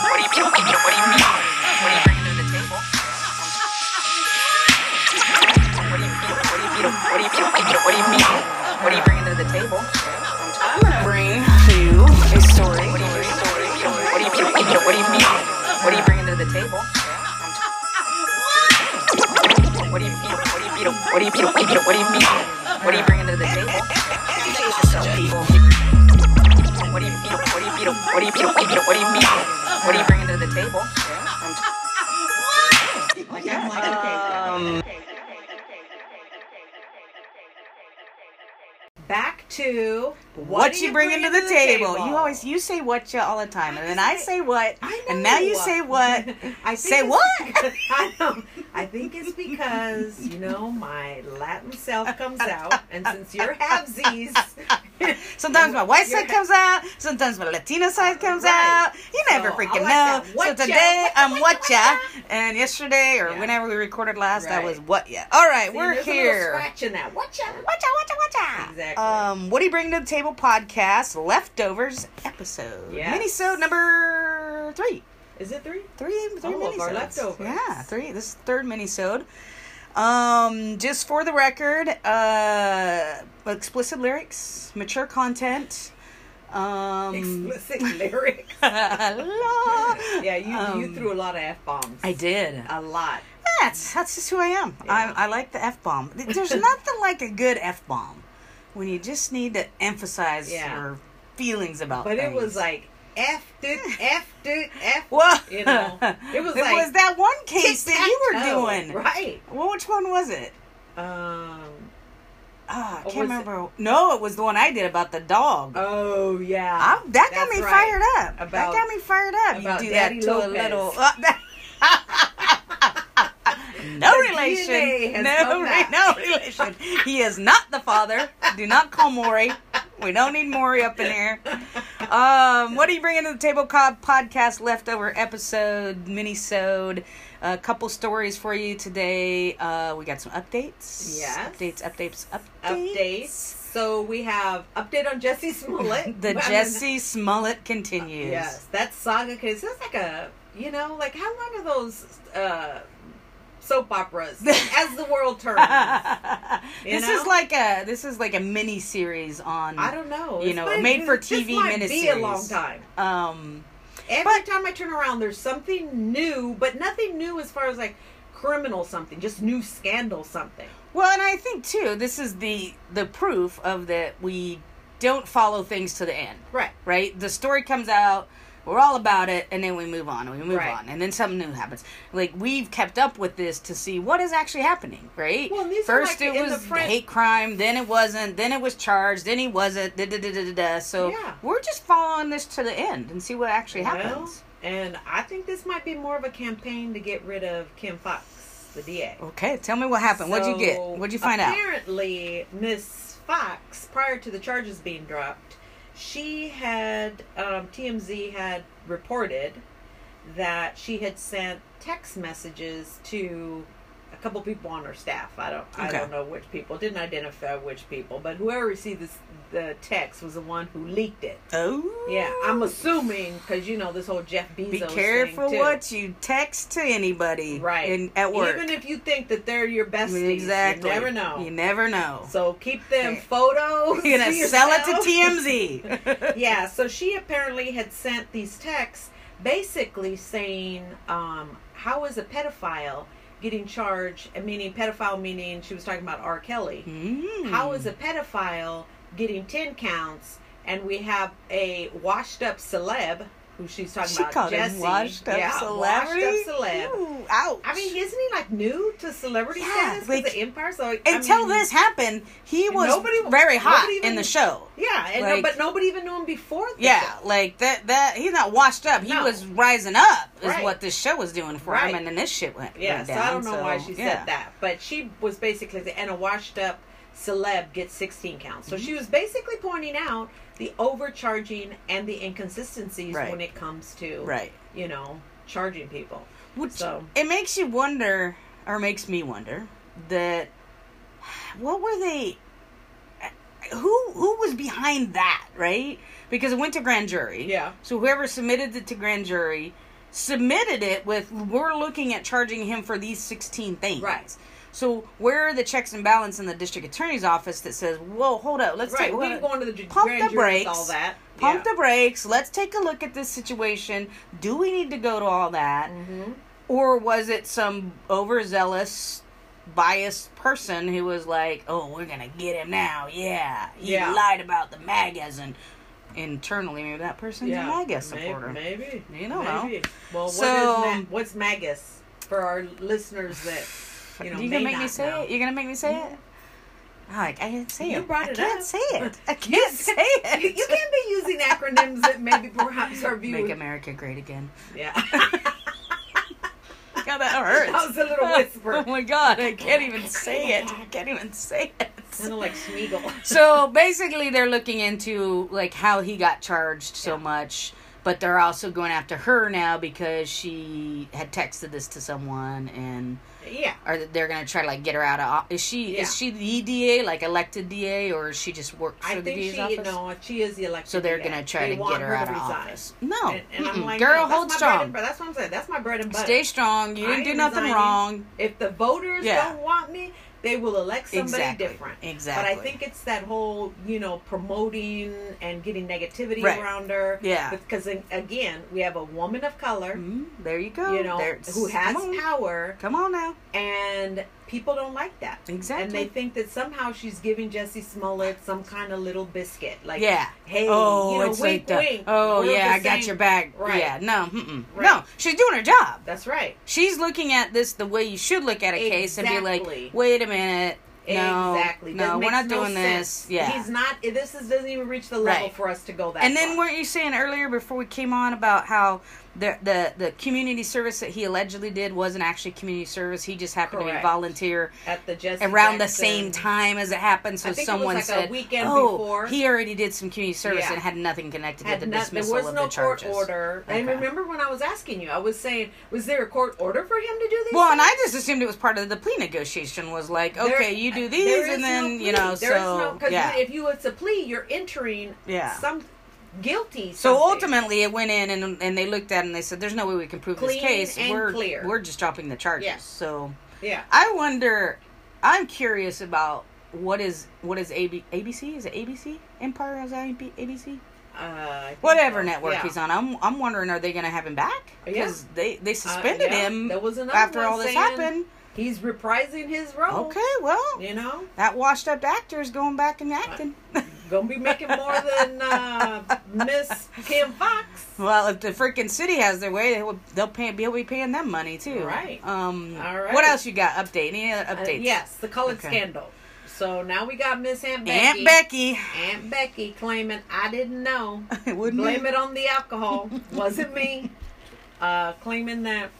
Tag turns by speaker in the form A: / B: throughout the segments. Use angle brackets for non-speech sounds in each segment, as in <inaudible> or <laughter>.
A: What do you mean? What do you bring to the table? What do you mean? What do you mean? What do you mean? What do you mean? What do you bring to the table? I'm gonna bring you a story. What do you mean? What do you mean? What do you mean? What do you bring to the table? What do you mean? What do you mean? What do you mean? What do you mean? What do you bring to the table? Introduce yourself, people. What do you mean? What do you mean? What do you mean? What do you mean? What do you bring to the table?
B: Back to
C: What, you bringing to the table? You always you say what you all the time, and then I say what,
B: I
C: and now you
B: know.
C: say what.
B: <laughs> I think
C: say
B: it's
C: what? <laughs>
B: because- <laughs> I know. I think it's because you know my Latin self comes out, and since you're <laughs> halvesies,
C: Sometimes my white side
B: You're- Oh,
C: comes out. Sometimes my Latina side comes
B: Right.
C: out. You never
B: So, I
C: freaking
B: like that.
C: know. So
B: Whatcha?
C: today
B: Whatcha,
C: I'm
B: whatcha,
C: what ya,
B: whatcha?
C: and yesterday or
B: Yeah.
C: whenever we recorded last, I
B: Right.
C: was what ya. All right, <laughs>
B: See,
C: we're
B: there's a little
C: here.
B: scratch in that. Watch out!
C: Watcha, watcha, watcha.
B: Exactly.
C: Um, what do you bring to the table? Podcast leftovers episode.
B: Yes.
C: Minisode number three.
B: Is it three?
C: Three, three
B: All of our
C: minisodes.
B: leftovers.
C: Yeah, three. This is the third minisode. Um, just for the record, uh, explicit lyrics, mature content. Um, <laughs>
B: Explicit <laughs> lyrics. <laughs> Yeah, you you
C: um,
B: threw a lot of f bombs.
C: I did. Uh,
B: a lot.
C: That's that's just who I am.
B: Yeah.
C: I I like the f bomb.
B: <laughs>
C: There's nothing like a good f bomb when you just need to emphasize
B: Yeah.
C: your feelings about.
B: But it was
C: things.
B: like F it, F it, F
C: well, <laughs>
B: you know, it was like
C: was that one case that you were
B: tic-tac-toe.
C: doing.
B: Right.
C: Well, which one was it?
B: Um
C: Ah, I
B: Or
C: can't
B: was it-
C: remember. No, it was the one I did about the dog.
B: Oh yeah.
C: I- that got
B: That's
C: me
B: right.
C: fired up. that
B: About-
C: got me fired up.
B: about
C: You do
B: Daddy
C: that to
B: Lopez.
C: a
B: <laughs>
C: little. Uh, <laughs> no
B: The DNA
C: relation.
B: has
C: No,
B: come
C: re-
B: back.
C: no relation. He is not the father. Do not call Maury. We don't need Maury up in here. Um, what are you bringing to the table? Cobb podcast leftover episode mini-sode. A couple stories for you today. Uh, we got some updates.
B: Yes.
C: Updates. Updates. Updates.
B: Updates. So we have update on Jesse
C: <laughs>
B: Smollett.
C: The
B: Well, I mean,
C: Jesse Smollett continues.
B: Yes, that saga case. That's like a you know, like how long are those uh
C: <laughs>
B: soap operas as the world turns? I You
C: this
B: know?
C: is like a this is like a mini series on
B: don't know.
C: You
B: It's
C: know,
B: been-
C: made for
B: this
C: TV
B: might Be a long
C: miniseries.
B: time.
C: um
B: Every
C: But-
B: time I turn around, there's something new, but nothing new as far as like criminal something, just new scandal something.
C: well and I think too this is the the proof of that we don't follow things to the end.
B: Right.
C: Right? The story comes out we're all about it and then we move on and we move
B: Right.
C: on and then something new happens like we've kept up with this to see what is actually happening right
B: Well, and these are
C: first
B: like
C: it
B: in the
C: was
B: front-
C: hate crime then it wasn't then it was charged then he wasn't da, da, da, da, da, da. so
B: Yeah.
C: we're just following this to the end and see what actually
B: You know?
C: happens
B: And I think this might be more of a campaign to get rid of Kim Fox, the DA.
C: Okay, tell me what happened. What'd you get?
B: So,
C: What'd you find out?
B: Apparently, Miss Fox, prior to the charges being dropped, she had um, TMZ had reported that she had sent text messages to a couple people on her staff. I don't, I
C: Okay.
B: don't know which people. Didn't identify which people, but whoever received this, the text was the one who leaked it.
C: Oh,
B: Yeah, I'm assuming because you know this whole Jeff Bezos.
C: Be
B: thing,
C: careful
B: too.
C: what you text to anybody,
B: Right.
C: In, at work,
B: Even if you think that they're your besties,
C: exactly.
B: you never know.
C: You never know.
B: So keep them
C: Right. <laughs>
B: photos.
C: You're
B: to
C: gonna sell it
B: yourself.
C: to TMZ.
B: <laughs> yeah, so she apparently had sent these texts basically saying, um, how is a pedophile getting charged? And Meaning, pedophile meaning she was talking about R. Kelly.
C: Mm.
B: How is a pedophile getting 10 counts and we have a washed up celeb who she's talking
C: she
B: about?
C: called
B: Jesse.
C: him washed up
B: yeah,
C: celebrity?
B: Washed up celeb.
C: Ooh, ouch.
B: I mean, isn't he like new to celebrity
C: Yeah,
B: status? 'Cause
C: like-
B: the Empire. So I
C: until
B: mean,
C: this happened, he was
B: nobody-
C: very hot
B: nobody even-
C: in the show.
B: Yeah, and
C: Like-
B: no, but nobody even knew him before. The
C: Yeah,
B: show.
C: like that. That he's not washed up. He
B: No.
C: was rising up, is
B: Right.
C: what this show was doing for
B: Right.
C: him, and then this shit went.
B: yeah.
C: went
B: So
C: down,
B: I don't know why
C: so,
B: she
C: yeah.
B: said that, but she was basically saying, and a washed up celeb gets 16 counts. So
C: Mm-hmm.
B: she was basically pointing out the overcharging and the inconsistencies
C: Right.
B: when it comes to
C: Right.
B: you know charging people.
C: Which
B: So-
C: it makes you wonder, or makes me wonder, that what were they? Who who was behind that? Right? Because it went to grand jury.
B: Yeah.
C: So whoever submitted it to grand jury submitted it with we're looking at charging him for these 16 things.
B: Right.
C: So where are the checks and balance in the district attorney's office that says, "Whoa, hold up, let's
B: Right,
C: take
B: we
C: what-
B: didn't go into the ju-
C: pump
B: grand
C: the
B: jury with
C: brakes,
B: all that.
C: pump
B: Yeah.
C: the brakes. Let's take a look at this situation. Do we need to go to all that,
B: Mhm.
C: or was it some overzealous?" biased person who was like oh we're gonna get him now yeah he
B: Yeah.
C: lied about the magas and internally maybe that person's
B: Yeah,
C: a magas
B: may-
C: supporter
B: Maybe.
C: You don't know.
B: Maybe. Well, what is
C: So-
B: Ma- what's Magus for our listeners that
C: <laughs>
B: you know
C: you
B: may
C: gonna make me
B: not
C: say
B: know. Mm-hmm.
C: it? You're gonna make me say it? I'm like I didn't say
B: You
C: it.
B: brought
C: I
B: it
C: can't
B: up.
C: say it.
B: <laughs>
C: I can't say it.
B: You, <laughs> you can't be using acronyms that maybe perhaps our viewers.
C: make America great again. <laughs>
B: Yeah,
C: God,
B: that
C: that hurts.
B: was a little
C: <laughs> Oh
B: whisper,
C: my god, I can't even say it. I can't even say
B: kind
C: it.
B: of like Smeagol.
C: So basically, they're looking into like how he got charged so much, but they're also going after her now because she had texted this to someone and.
B: <laughs> Yeah,
C: Or they're gonna try to like get her out of. o- Is she
B: Yeah.
C: is she the DA like elected DA or is she just works for
B: I
C: the
B: think
C: DA's
B: she,
C: office?
B: you know, she is the elected.
C: So they're
B: DA.
C: gonna try
B: They
C: to
B: want
C: get her, out
B: to
C: of
B: resign.
C: office. No,
B: And, and I'm
C: Mm-mm.
B: like,
C: girl,
B: no,
C: hold
B: that's my bread and
C: strong.
B: butter. That's what I'm saying. That's my bread and butter.
C: Stay strong. You
B: I
C: didn't do
B: ain't
C: nothing
B: resigning.
C: wrong.
B: If the voters
C: Yeah.
B: don't want me, they will elect somebody
C: Exactly.
B: different.
C: Exactly.
B: But I think it's that whole, you know, promoting and getting negativity
C: Right.
B: around her.
C: Yeah.
B: Because then, again, we have a woman of color,
C: Mm, there you go.
B: you know,
C: There's-
B: who has
C: come on.
B: power,
C: Come on now.
B: and people don't like that.
C: Exactly.
B: And they think that somehow she's giving Jesse Smollett some kind of little biscuit, like,
C: yeah.
B: hey,
C: oh,
B: you know,
C: it's like
B: wink,
C: the.
B: wink.
C: Oh
B: we're
C: yeah,
B: the
C: I got
B: same."
C: your back.
B: Right.
C: Yeah. No. Mm-mm.
B: Right.
C: No. She's doing her job.
B: That's right.
C: She's looking at this the way you should look at a case and be
B: Exactly.
C: like, wait a minute. No,
B: exactly. That
C: No, we're
B: makes
C: not
B: no
C: doing
B: sense.
C: this. Yeah.
B: He's not. This is, doesn't even reach the level
C: Right.
B: for us to go that.
C: And then
B: far.
C: weren't you saying earlier before we came on about how the the the community service that he allegedly did wasn't actually community service? He just happened to be
B: Correct.
C: volunteer
B: at the Jesse
C: around the
B: Jackson-
C: same time as it happened. So
B: I think it was
C: someone
B: like a
C: said,
B: weekend
C: "Oh,
B: before."
C: he already did some community service
B: Yeah.
C: and had nothing connected
B: Had
C: to the
B: not- there
C: dismissal
B: was
C: of
B: no
C: the charges."
B: court order. And
C: Okay.
B: remember when I was asking you, I was saying, was there a court order for him to do these?
C: Well, and I just assumed it was part of the plea negotiation. Was like,
B: There-
C: okay, you do
B: there
C: these,
B: is
C: and
B: no
C: then
B: plea.
C: you know,
B: There is no-
C: so
B: 'cause
C: yeah.
B: if you it's a plea, you're entering
C: Yeah.
B: some guilty.
C: So
B: something.
C: ultimately, it went in, and and they looked at it and they said, "There's no way we can prove
B: Clean
C: this case.
B: and
C: we're
B: clear."
C: we're just dropping the charges."
B: Yeah.
C: So
B: yeah,
C: I wonder. I'm curious about what is what is AB, ABC is it ABC Empire is that AB, ABC
B: uh, I think
C: whatever
B: so.
C: network
B: Yeah.
C: he's on. I'm I'm wondering are they going to have him back because they they
B: Uh,
C: suspended
B: yeah.
C: him
B: There was another
C: after
B: one
C: all this
B: saying oh,
C: happened.
B: He's reprising his role.
C: Okay, well
B: you know,
C: that washed up actor is going back and acting.
B: gonna be making more than uh, Miss Kim Fox.
C: <laughs>
B: Uh,
C: Well, if the freaking city has their way, they'll, they'll pay. They'll be paying them money too.
B: Right.
C: Um.
B: All right.
C: What else you got? Update. Any other
B: Uh,
C: updates?
B: yes, the colored
C: Okay.
B: scandal. So now we got Miss Aunt Becky.
C: Aunt Becky.
B: Aunt Becky claiming I didn't
C: <laughs>
B: know.
C: It wouldn't
B: Blame
C: be.
B: it on the alcohol. Wasn't me. Uh, claiming that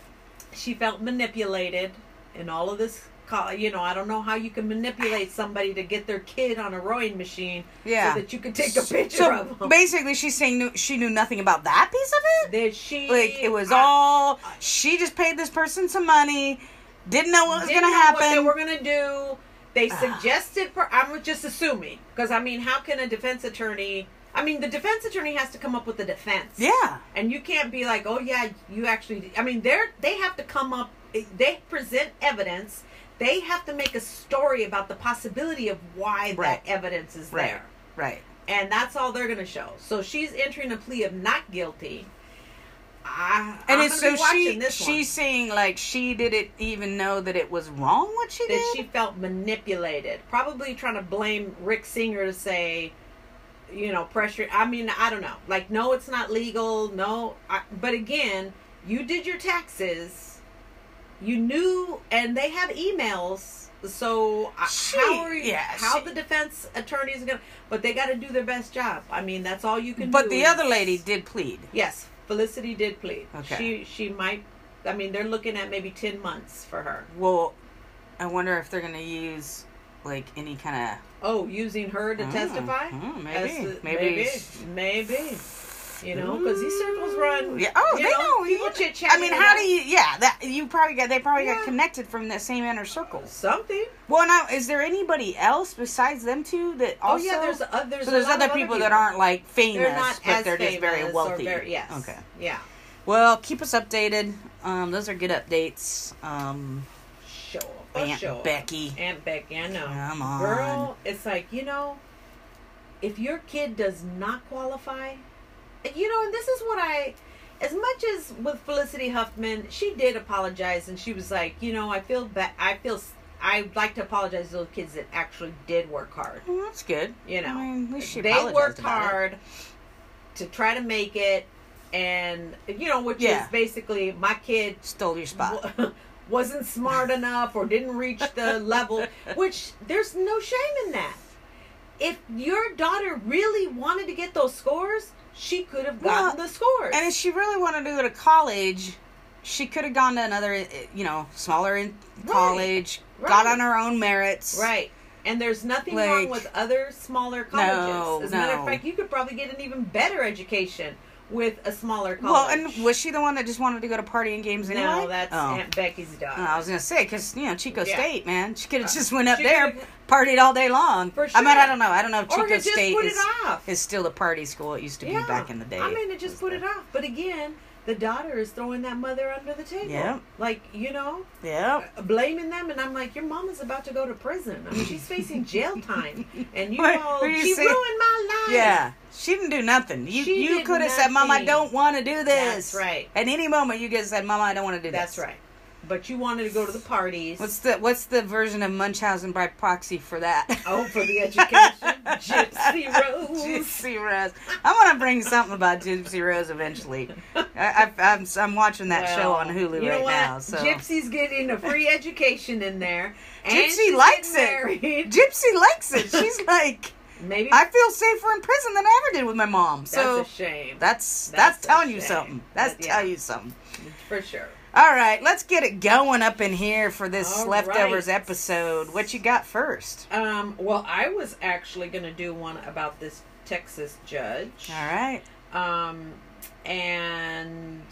B: she felt manipulated and all of this. co- You know, I don't know how you can manipulate somebody to get their kid on a rowing machine
C: Yeah.
B: so that you can take a picture
C: so
B: of them.
C: basically, she's saying no- she knew nothing about that piece of it.
B: That she
C: Like it was
B: I
C: all she just paid this person some money, didn't know what was
B: didn't
C: gonna
B: know What they
C: happen. Ah.
B: were gonna do. They suggested. Per- I'm just assuming because I mean, how can a defense attorney? I mean, the defense attorney has to come up with a defense.
C: yeah.
B: and you can't be like, oh yeah, you actually. I mean, they're they have to come up. They present evidence. They have to make a story about the possibility of why
C: Right.
B: that evidence is
C: Right.
B: there,
C: Right.
B: and that's all they're going to show. So she's entering a plea of not guilty. I,
C: And
B: I'm
C: it's so
B: gonna be watching
C: she
B: this one.
C: she's saying like she didn't even know that it was wrong what she
B: that
C: did.
B: she felt manipulated. Probably trying to blame Rick Singer to say, you know, pressure. I mean, I don't know. Like, no, it's not legal. No, I, but again, you did your taxes. You knew, and they have emails. So I
C: She-
B: how are you,
C: yeah,
B: how
C: she-
B: the defense attorneys gonna? But they got to do their best job. I mean, that's all you can. do.
C: but the
B: is-
C: other lady did plead.
B: yes, Felicity did plead.
C: Okay.
B: She she might. I mean, they're looking at maybe ten months for her.
C: Well, I wonder if they're gonna use like any kind
B: Oh, using her to
C: Oh,
B: testify?
C: oh, maybe,
B: As the-
C: maybe.
B: maybe, maybe. You know, because these circles run.
C: of yeah. Oh,
B: you
C: they know.
B: people
C: you-
B: chit chat.
C: I mean, how do you? Yeah, that you probably got. They probably
B: Yeah.
C: got connected from that same inner circles.
B: something?
C: Well, now is there anybody else besides them two that also?
B: oh yeah, there's
C: uh,
B: others.
C: so there's other people, that aren't like famous,
B: They're not
C: but
B: as
C: they're just
B: famous
C: very
B: or
C: wealthy.
B: very- yes.
C: Okay.
B: Yeah.
C: Well, keep us updated. Um, those are good updates. Um,
B: Sure. for
C: Aunt
B: sure.
C: Becky.
B: Aunt Becky, I know.
C: Come on.
B: Girl, it's like, you know, if your kid does not qualify, and you know, and this is what I, as much as with Felicity Huffman, she did apologize and she was like, you know, I feel bad. I feel, s- I'd like to apologize to those kids that actually did work hard.
C: Well, that's good.
B: You know,
C: I mean, at least she
B: they
C: apologized
B: worked
C: about it.
B: hard to try to make it. And, you know, which
C: Yeah.
B: is basically my kid
C: Stole your spot.
B: wa- <laughs> wasn't smart enough or didn't reach the level which there's no shame in that if your daughter really wanted to get those scores she could have gotten
C: Well,
B: the scores
C: And if she really wanted to go to college, she could have gone to another, eh, you know, smaller in college, got
B: right.
C: on her own merits.
B: right and there's nothing wrong
C: Like-
B: with other smaller colleges
C: No,
B: as a matter of
C: no.
B: fact you could probably get an even better education with a smaller college
C: Well, and
B: <laughs>
C: was she the one that just wanted to go to party and games anyway?
B: no that's
C: Oh.
B: aunt becky's daughter
C: Oh, I was gonna say because you know Chico
B: Yeah.
C: State, man, she could have
B: Uh,
C: just went up
B: she
C: there,
B: could've-
C: partied all day long.
B: For
C: I mean, I
B: sure.
C: don't know. I don't know if
B: or
C: Chico
B: could just
C: State
B: put
C: is,
B: it off
C: is still the party school it used to be back in the day.
B: I mean, to just put it off. But again, the daughter is throwing that mother under the table.
C: Yep.
B: Like, you know,
C: Yeah.
B: blaming them. And I'm like, your mom is about to go to prison. I mean, she's facing jail time. And
C: <laughs>
B: you
C: Wait,
B: know,
C: were you
B: she
C: saying-
B: ruined my life.
C: Yeah, she didn't do nothing. You
B: Uh, She
C: you
B: did
C: could have said, "Mom, I
B: nothing.
C: don't want to do this."
B: That's right.
C: At any moment, you could have said, "Mom, I don't want to do
B: That's
C: this."
B: right. But you wanted to go to the parties.
C: What's the What's the version of Munchausen by proxy for that?
B: Oh, for
C: <laughs>
B: the education, Gypsy Rose.
C: Gypsy Rose. I want to bring something about Gypsy Rose eventually. I, I, I'm I'm watching that show
B: Well,
C: on Hulu
B: you know
C: right
B: what?
C: now. So
B: Gypsy's getting a free education in there. and
C: Gypsy
B: she's
C: likes
B: getting
C: it.
B: married.
C: Gypsy likes it.
B: <laughs>
C: She's like,
B: Maybe
C: I feel safer in prison than I ever did with my mom.
B: that's
C: So
B: a shame.
C: that's that's,
B: That's a
C: telling you
B: shame.
C: something. That's
B: But, yeah.
C: telling you something.
B: for sure.
C: All right, let's get it going up in here for this
B: All
C: leftovers
B: right.
C: episode. What you got first?
B: Um, well, I was actually going to do one about this Texas judge.
C: All right.
B: Um, and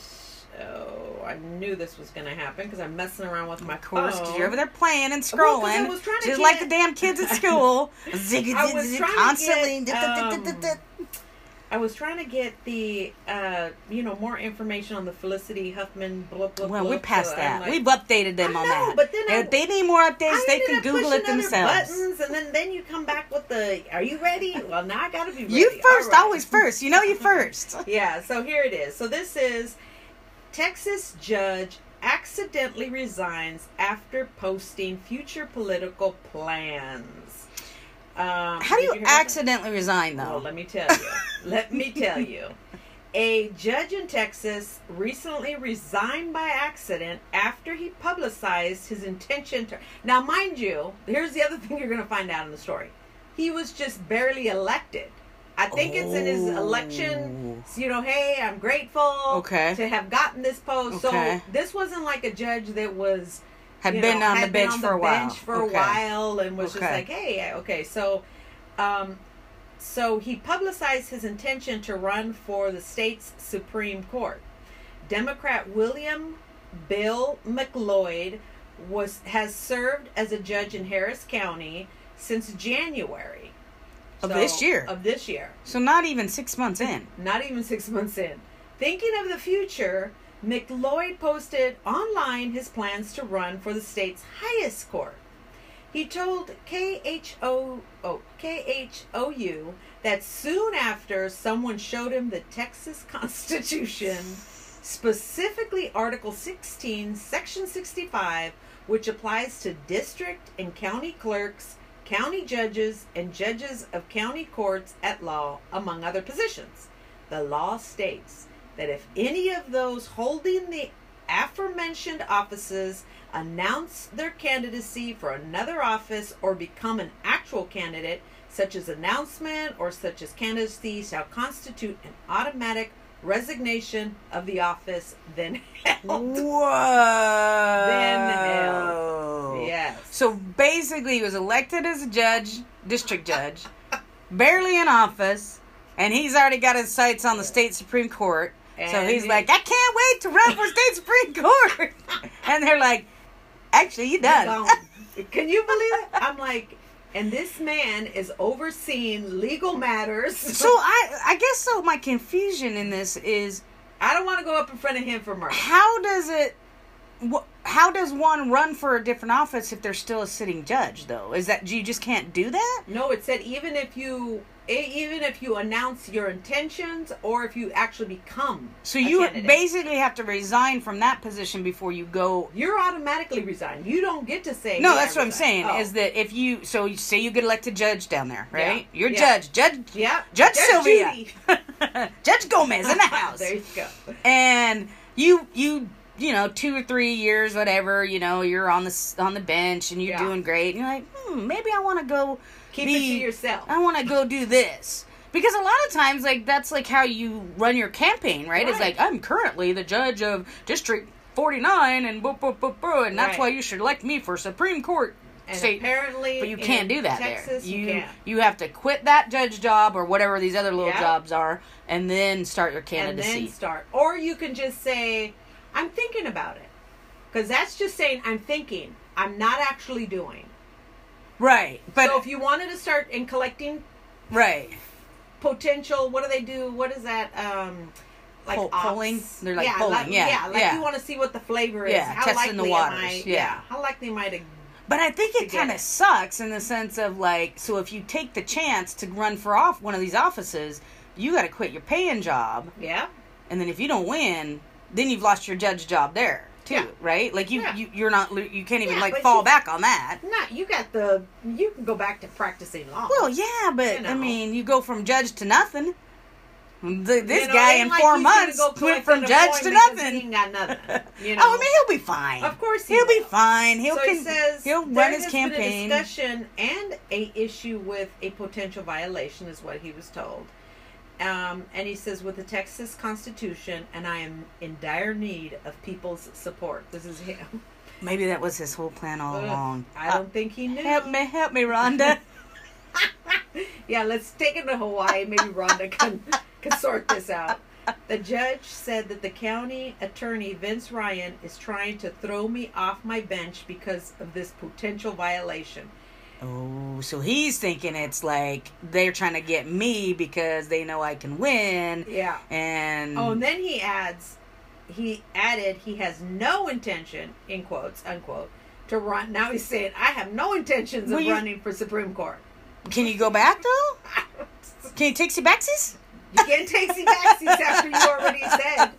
B: oh, I knew this was going to happen because I'm messing aroround with my
C: Of course, 'cause
B: phone.
C: you're over there playing and
B: Oh. Well, 'cause I
C: scrolling,
B: was trying to
C: just like the
B: get-
C: damn kids
B: <laughs>
C: at school, Zig-
B: I was
C: zig-
B: trying to
C: constantly.
B: get, um, I was trying to get the uh, you know, more information on the Felicity Huffman. Blah blah.
C: Well,
B: blah,
C: we passed
B: so I'm
C: that.
B: like-
C: We've updated them
B: I
C: on
B: know,
C: that.
B: but then I-
C: if they need more updates,
B: I
C: they
B: ended
C: can
B: up
C: Google
B: pushing
C: it
B: other
C: themselves.
B: Buttons, and then then you come back with the Are you ready? Well, now I got to be ready.
C: You first,
B: All right.
C: always first. You know
B: <laughs>
C: you first.
B: Yeah, so here it is. So this is Texas judge accidentally resigns after posting future political plans.
C: How
B: Um,
C: do
B: did
C: you
B: hear about that?
C: accidentally resign
B: Well,
C: though?
B: let me <laughs> tell you. let me tell you. A judge in Texas recently resigned by accident after he publicized his intention to. Now, mind you, here's the other <laughs> thing you're going to find out in the story. He was just barely elected. I think it's in his election.
C: Oh.
B: so, You know, hey, I'm grateful
C: Okay.
B: to have gotten this post.
C: Okay.
B: So this wasn't like a judge that was
C: Had
B: you
C: been
B: know,
C: on
B: had
C: the bench for a while.
B: bench for
C: Okay.
B: a while and was
C: Okay.
B: just like, hey, okay. So, um, so he publicized his intention to run for the state's Supreme Court. Democrat William Bill McLeod was has served as a judge in Harris County since January
C: Of this year.
B: Of this year
C: So not even six months in.
B: not even six months in. Thinking of the future, McLeod posted online his plans to run for the state's highest court. He told KHO, oh, KHOU that soon after someone showed him the Texas <laughs> Constitution, specifically Article 16, Section 65, which applies to district and county clerks, county judges, and judges of county courts at law, among other positions. The law states that if any of those holding the aforementioned offices announce their candidacy for another office or become an actual candidate, such as announcement or such as candidacy shall constitute an automatic resignation of the office then held.
C: Whoa.
B: Yes.
C: So basically, he was elected as a judge, district judge, barely in office, and he's already got his sights on the state Supreme Court. so
B: And
C: he's
B: he-
C: like, I can't wait to run for state Supreme
B: <laughs>
C: Court. and they're like, actually, you done. <laughs>
B: Gone. Can you believe it? I'm like, and this man is overseeing legal matters.
C: so I, I guess so. My confusion in this is
B: I don't want to go up in front of him for murder.
C: How does it? wh- How does one run for a different office if they're still a sitting judge? Though, is that you just can't do that?
B: No, it said even if you e- even if you announce your intentions or if you actually become
C: So
B: a
C: you
B: candidate,
C: basically have to resign from that position before you go.
B: you're automatically resigned. You don't get to say
C: No,
B: "Yeah, I
C: that's what I'm
B: resign."
C: saying.
B: Oh.
C: Is that if you so you say you get elected judge down there, right?
B: Yeah.
C: You're
B: Yeah.
C: judge, judge,
B: yeah,
C: judge, Sylvia,
B: Judy.
C: <laughs> Judge Gomez in the house.
B: <laughs> there you go.
C: and you you you know two or three years whatever you know you're on the s- on the bench and you're
B: Yeah.
C: doing great and you're like hmm, maybe i want to go
B: Keep it
C: be-
B: to yourself.
C: i want to go do this because a lot of times like that's like how you run your campaign right, it's
B: Right.
C: like i'm currently the judge of district 49 and boop boop boop boop and that's
B: Right.
C: why you should elect me for supreme court
B: And
C: state
B: apparently,
C: but you can't
B: in
C: do that
B: Texas,
C: there.
B: You, can't.
C: you have to quit that judge job or whatever these other little
B: Yeah.
C: jobs are, and then start your
B: and
C: candidacy.
B: then start, or you can just say, "I'm thinking about it," because that's just saying I'm thinking. I'm not actually doing.
C: right, but
B: so if you wanted to start in collecting
C: right.
B: potential what do they do what is that um like
C: Poll-
B: ops?
C: polling? They're like polling,
B: like,
C: yeah,
B: like
C: yeah.
B: you want to see what the flavor is
C: Yeah,
B: how
C: testing the
B: likely
C: waters,
B: am I,
C: yeah.
B: how likely am i to
C: But I think it
B: to get
C: kind of
B: it.
C: sucks in the sense of like, so if you take the chance to run for off one of these offices, you got to quit your paying job,
B: yeah
C: and then if you don't win, then you've lost your judge job there too,
B: Yeah.
C: right? Like you,
B: Yeah.
C: you you're not lo- you can't even
B: Yeah,
C: like
B: but
C: fall
B: you-
C: back on that.
B: not you got the you can go back to practicing law
C: Well, yeah, but
B: You
C: I
B: know.
C: mean, you go from judge to nothing. Th this
B: You know,
C: guy
B: ain't
C: in
B: like
C: four
B: he's gonna
C: months
B: go
C: went
B: collect
C: from
B: an
C: judge to
B: appointment 'cause he
C: nothing.
B: ain't got nothing you know
C: <laughs> Oh, I mean, he'll be fine.
B: of course he
C: he'll be
B: will.
C: fine. He'll
B: so
C: can,
B: it says
C: he'll
B: there
C: run his
B: has
C: campaign.
B: Been a discussion and a issue with a potential violation is what he was told. Um, and he says, with the Texas Constitution, and I am in dire need of people's support. This is him.
C: Maybe that was his whole plan all
B: Ugh,
C: along.
B: <laughs> I don't think he knew.
C: Help me, help me, Rhonda.
B: <laughs> Yeah, let's take him to Hawaii. Maybe Rhonda can, can sort this out. The judge said that the county attorney, Vince Ryan, is trying to throw me off my bench because of this potential violation.
C: <laughs> oh, so he's thinking it's like they're trying to get me because they know I can win.
B: Yeah.
C: And
B: Oh, and then he adds, he added he has no intention, in quotes, unquote, to run. Now he's saying, I have no intentions
C: Well,
B: of
C: you-
B: running for Supreme Court. <laughs>
C: can you go back though? Can you take your backsies?
B: you can't takesy backsies after you already said.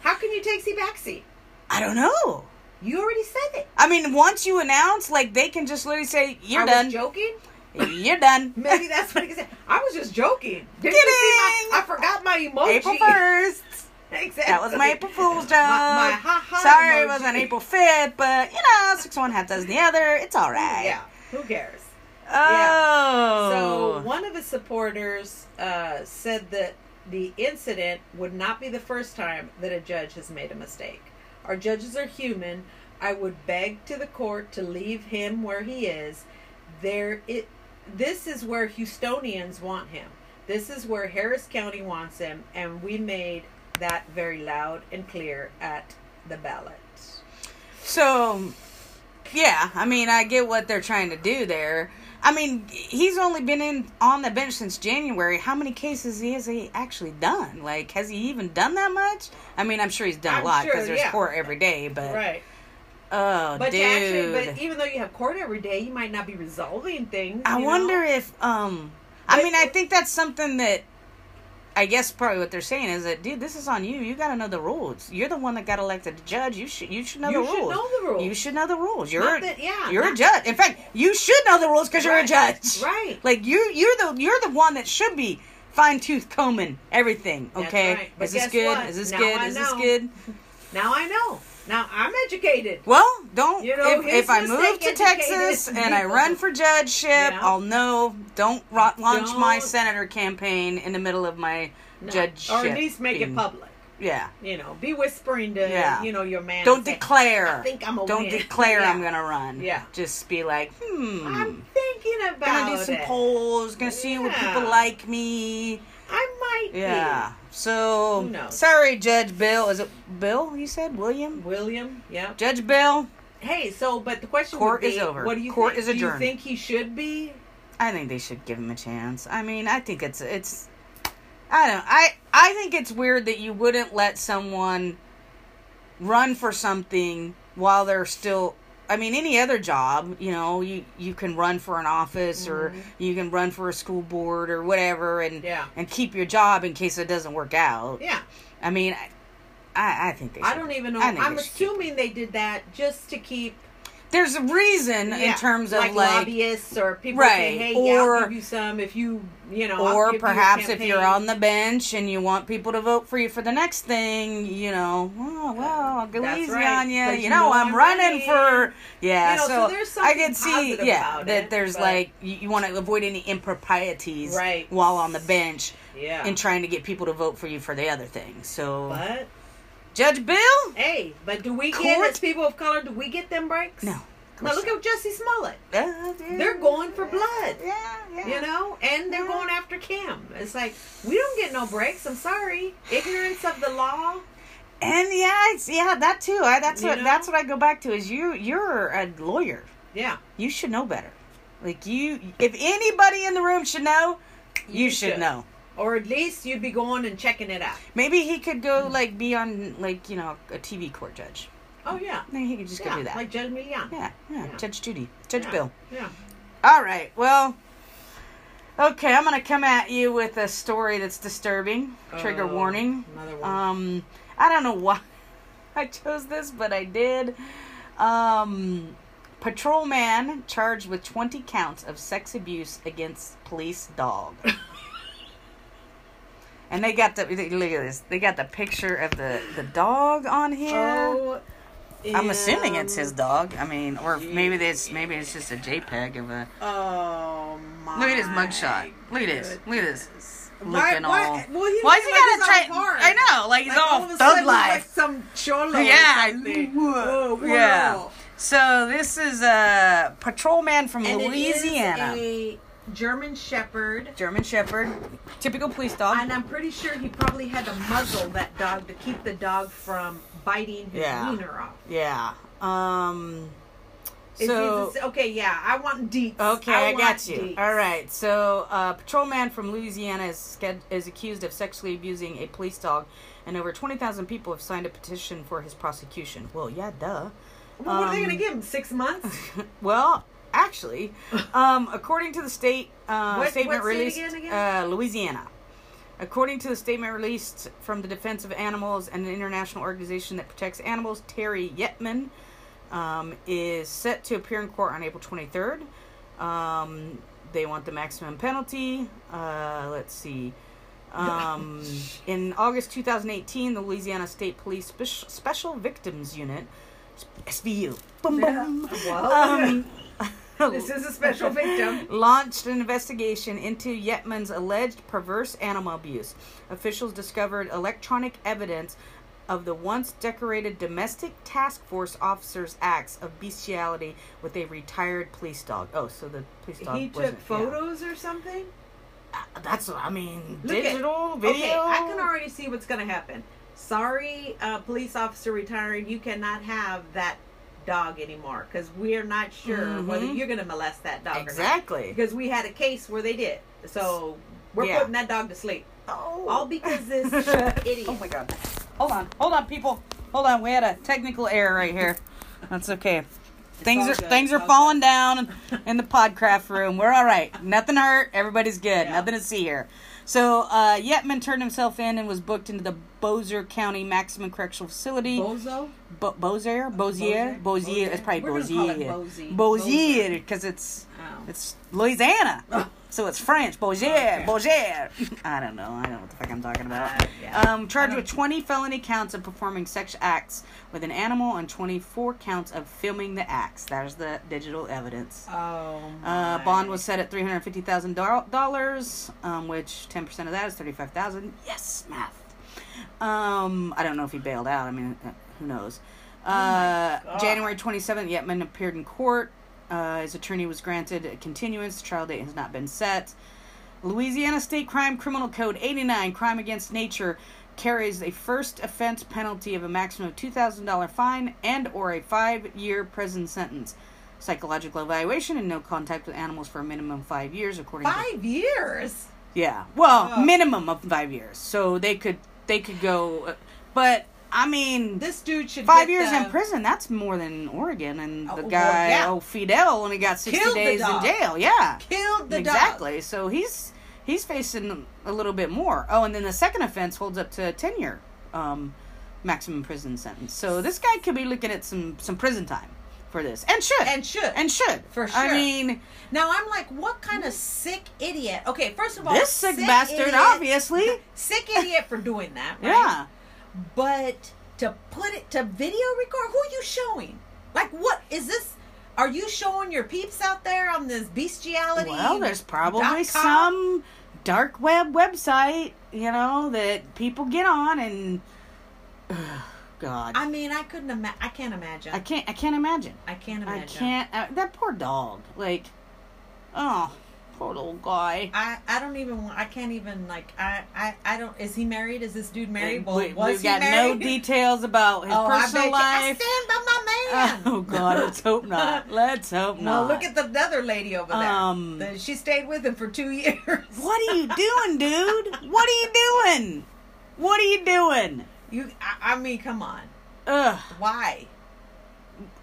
B: How can you takesy backseat?
C: I don't know.
B: You already said it.
C: I mean, once you announce, like they can just literally say you're
B: I
C: done.
B: was joking.
C: You're done.
B: <laughs> Maybe that's what he said. I was just joking. Didn't you see
C: Kidding.
B: my, I forgot my emoji.
C: April first.
B: <laughs> Exactly.
C: That was my
B: <laughs>
C: April Fool's joke.
B: Oh, My, my ha-ha
C: Sorry, it
B: emoji.
C: was on April fifth, but you know, six one half dozen the other. It's all right.
B: Yeah. Who cares?
C: Oh.
B: So one of his supporters uh, said that the incident would not be the first time that a judge has made a mistake. Our judges are human. I would beg to the court to leave him where he is. There it this is where Houstonians want him. This is where Harris County wants him and we made that very loud and clear at the ballot.
C: So, yeah, I mean, I get what they're trying to do there. I mean, he's only been in on the bench since January. How many cases has he actually done? Like, has he even done that much? I mean, I'm sure he's done
B: I'm
C: a lot because
B: sure,
C: there's
B: yeah.
C: court every day. But
B: Right.
C: oh,
B: But to
C: dude,
B: actually but even though you have court every day, you might not be resolving things.
C: I
B: you know?
C: wonder if um, I
B: But-
C: mean, I think that's something that. I guess probably what they're saying is that, dude, this is on you. You got to know the rules. You're the one that got elected to judge. You should you should know
B: you
C: the
B: should
C: rules.
B: know the rules.
C: You should know the rules. You're
B: Not that- yeah,
C: you're a
B: not-
C: judge. In fact, you should know the rules because you're a
B: Right,
C: judge. <laughs>
B: right.
C: Like you you're the you're the one that should be fine tooth combing everything.
B: That's
C: Okay.
B: right. But
C: Is this
B: guess
C: good?
B: what?
C: Is this
B: Now
C: good?
B: I
C: Is this
B: know.
C: good?
B: Now I know. Now I'm educated.
C: Well, don't
B: You know,
C: if,
B: his
C: if I move
B: mistake
C: to
B: educated
C: Texas and I
B: people.
C: run for judgeship,
B: Yeah.
C: I'll know. Don't ro- launch my
B: Don't-
C: senator campaign in the middle of my
B: No.
C: judgeship.
B: Or at least make it
C: thing.
B: public.
C: Yeah.
B: You know, be whispering to
C: Yeah.
B: you know your man.
C: Don't
B: and say,
C: declare.
B: I think I'm a
C: Don't
B: win.
C: declare
B: Yeah.
C: I'm gonna run.
B: Yeah.
C: Just be like, hmm.
B: I'm thinking about
C: gonna do some
B: it.
C: polls, gonna see what
B: Yeah.
C: people like me.
B: I might.
C: Yeah. So
B: Who knows?
C: sorry, Judge Bill. Is it Bill? You said
B: Be.
C: William.
B: William. Yeah.
C: Judge Bill.
B: Hey. So, but the question
C: Court
B: would be,
C: is over.
B: What do you
C: Court
B: think?
C: is
B: Do you
C: adjourned.
B: think he should be?
C: I think they should give him a chance. I mean, I think it's it's I don't know. I I think it's weird that you wouldn't let someone run for something while they're still I mean any other job, you know, you you can run for an office or you can run for a school board or whatever and
B: Mm-hmm. Yeah.
C: and keep your job in case it doesn't work out.
B: Yeah.
C: I mean, I I, I think they should.
B: I don't even know.
C: I think
B: I'm
C: they should.
B: assuming they did that just to keep
C: There's a reason in
B: yeah,
C: terms of like,
B: lobbyists or people saying,
C: Right,
B: "Hey, yeah, I'll
C: or-
B: give you some if you, you know." I'll give
C: or
B: you a
C: perhaps if you're
B: campaign."
C: on the bench and you want people to vote for you for the next thing, you know, oh well, I'll go
B: That's
C: easy
B: right,
C: on you.
B: but
C: You, know, I'm running for yeah.
B: You know, so
C: so
B: there's
C: I can
B: something
C: see
B: positive
C: yeah
B: about
C: that
B: it,
C: there's
B: but-
C: like you, you want to avoid any improprieties
B: Right.
C: while on the bench
B: Yeah.
C: and trying to get people to vote for you for the other thing. So
B: but
C: Judge Bill,
B: hey, but do we
C: Court?
B: get as people of color? Do we get them breaks?
C: no,
B: Now look at Jesse Smollett.
C: they're
B: They're going for blood.
C: Yeah, yeah.
B: You know, and they're
C: Yeah.
B: going after Kim. It's like we don't get no breaks. I'm sorry, ignorance of the law.
C: And yeah, it's yeah that too. I, that's
B: You
C: what
B: know?
C: that's what I go back to is you you're a lawyer.
B: Yeah,
C: You should know better. Like you, if anybody in the room should know, you,
B: You
C: should.
B: should.
C: know.
B: or at least you'd be going and checking it out.
C: Maybe he could go like be on like you know a TV court judge.
B: Oh yeah,
C: Maybe he could just
B: yeah,
C: go do that.
B: like Judge Milian.
C: yeah, yeah,
B: yeah.
C: Judge Judy, Judge
B: Yeah,
C: Bill.
B: Yeah.
C: All right, well, okay, I'm gonna come at you with a story that's disturbing. Trigger
B: Oh,
C: warning.
B: Another one.
C: Um, I don't know why <laughs> I chose this, but I did. Um, patrolman charged with 20 counts of sex abuse against police dog.
B: <laughs>
C: and they got the they- look at this. They got the picture of the the dog on here.
B: Oh,
C: I'm assuming it's
B: um,
C: his dog. I mean, or maybe this maybe it's just a JPEG of a.
B: Oh my!
C: Look at his mugshot. Look at this. Look at this.
B: Why-
C: Looking
B: why-
C: all.
B: well, he
C: Why
B: looks
C: is he
B: like
C: got
B: he's
C: a tra-
B: all hard.
C: I know, like he's
B: Like,
C: all,
B: of a sudden,
C: thug
B: he's like
C: life.
B: some cholo. or
C: Yeah,
B: something.
C: whoa,
B: Whoa,
C: yeah.
B: whoa.
C: So this is a patrolman from
B: And it is
C: Louisiana,
B: a German Shepherd,
C: German Shepherd, typical police dog.
B: and I'm pretty sure he probably had to muzzle that dog to keep the dog from biting his
C: Yeah.
B: wiener off.
C: Yeah. Um.
B: Is
C: So
B: he the- okay, yeah, I want deets.
C: okay, I, got
B: want
C: you.
B: deets.
C: All right. So uh, patrolman from Louisiana is sched- is accused of sexually abusing a police dog, and over twenty thousand people have signed a petition for his prosecution. Well, yeah, duh.
B: Well, what are they
C: Um,
B: gonna give him? Six months?
C: <laughs> well, actually, um, according to the state uh,
B: What-
C: statement
B: what state
C: released,
B: again,
C: Uh, Louisiana. According to the statement released from the Defense of Animals and an international organization that protects animals, Terry Yetman um, is set to appear in court on April 23rd. Um, they want the maximum penalty. Uh, let's see.
B: <laughs>
C: Um, in August 2018, the Louisiana State Police Spec- Special Victims Unit, SVU, boom, boom,
B: Well,
C: um,
B: <laughs> this is a special victim.
C: launched an investigation into Yetman's alleged perverse animal abuse. Officials discovered electronic evidence of the once decorated domestic task force officer's acts of bestiality with a retired police dog. Oh, so the police dog
B: He
C: wasn't,
B: took
C: yeah.
B: photos or something.
C: Uh, That's what I mean.
B: Look at-
C: digital video.
B: Okay, I can already see what's going to happen. Sorry, uh, police officer retiring. You cannot have that dog anymore because we're not sure whether
C: Mhm.
B: you're going to molest that dog or not.
C: exactly.
B: Because we had a case where they did. So we're
C: Yeah.
B: putting that dog to sleep.
C: Oh.
B: All because
C: <laughs>
B: this idiot.
C: Oh my god. Hold on. Hold on, people. Hold on. We had a technical error right here. That's okay. things
B: all
C: are
B: good.
C: things are
B: It's all
C: falling down in the podcraft room. We're all right. Nothing hurt. Everybody's good.
B: Yeah.
C: Nothing to see here. So uh, Yetman turned himself in and was booked into the Bossier County Maximum Correctional Facility.
B: Bozo?
C: Bo- Bossier, Bossier,
B: Bossier?
C: Bossier. It's probably
B: We're gonna call it
C: Bossier.
B: Bossier.
C: Bossier, because it's
B: Oh.
C: it's
B: <laughs>
C: Louisiana.
B: Oh.
C: So it's French, Bourget,
B: Okay.
C: Bourget. I don't know. I don't know what the fuck I'm talking about.
B: Uh, yeah.
C: um, charged with 20 felony counts of performing sex acts with an animal and 24 counts of filming the acts. There's the digital evidence.
B: Oh.
C: Uh,
B: my.
C: bond was set at three hundred fifty thousand dollars, um, which ten percent of that is thirty-five thousand. Yes, math. Um, I don't know if he bailed out. I mean, uh, who knows? Uh,
B: God.
C: January twenty-seventh, Yetman appeared in court. Uh, his attorney was granted a continuance. Trial date has not been set. Louisiana State Crime Criminal Code 89, crime against nature, carries a first offense penalty of a maximum of $2,000 fine and or a 5-year prison sentence. Psychological evaluation and no contact with animals for a minimum of 5 years according to
B: Five years?
C: Yeah. Well,
B: Oh.
C: minimum of five years. So they could they could go, uh, but I mean,
B: This dude should
C: five
B: get
C: years
B: the-
C: in prison. That's more than Oregon and
B: Oh,
C: the
B: well,
C: guy
B: yeah.
C: oh Fidel only got sixty
B: Killed the
C: days in
B: dog.
C: jail. Yeah.
B: Killed the dog.
C: exactly. So he's he's facing a little bit more. Oh, and then the second offense holds up to ten year um, maximum prison sentence. So this guy could be looking at some some prison time for this, and should
B: And should.
C: and should
B: For
C: I
B: sure.
C: mean,
B: now I'm like, what kind of sick idiot? Okay, first of all,
C: this sick, bastard,
B: idiot-
C: obviously.
B: Sick idiot for doing that. Right?
C: Yeah.
B: But to put it to video record, who are you showing? Like, what is this? Are you showing your peeps out there on this bestiality?
C: Well, there's probably
B: dot com?
C: some dark web website, you know, that people get on and <sighs> Ugh, God,
B: I mean, I couldn't imagine. I can't imagine.
C: I can't, I can't imagine.
B: I can't
C: I
B: imagine.
C: can't. Uh, that poor dog. Like, oh, poor little guy.
B: I, I don't even want I can't even like I, I I don't is he married is this dude married well
C: we, have
B: was he
C: got
B: married
C: no details about his
B: <laughs> oh, I bet
C: personal
B: you- I
C: life.
B: stand by my
C: <laughs>
B: man
C: Oh God, let's hope
B: <laughs>
C: not. Let's hope
B: well
C: not.
B: look at the other lady over there
C: Um,
B: The- she stayed with him for two <laughs> years
C: <laughs> what are you doing, dude? What are you doing? What are you doing?
B: you I, I mean come on
C: Ugh.
B: why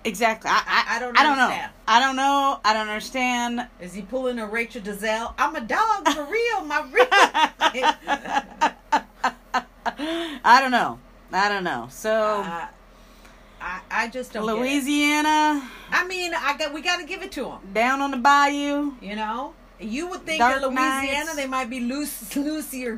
C: Exactly. I, I,
B: I- I don't
C: I don't know.
B: understand.
C: I don't know. I don't understand. <laughs>
B: is he pulling a Rachel Dazelle I'm a dog for real my real
C: <laughs> I don't know. I don't know.
B: <laughs>
C: So
B: Uh, I I just don't get it.
C: Louisiana
B: I mean I got we got to give it to him
C: down on the bayou.
B: You know, you would think
C: Dark
B: in Louisiana
C: nights.
B: they might be loose, <laughs> loosier,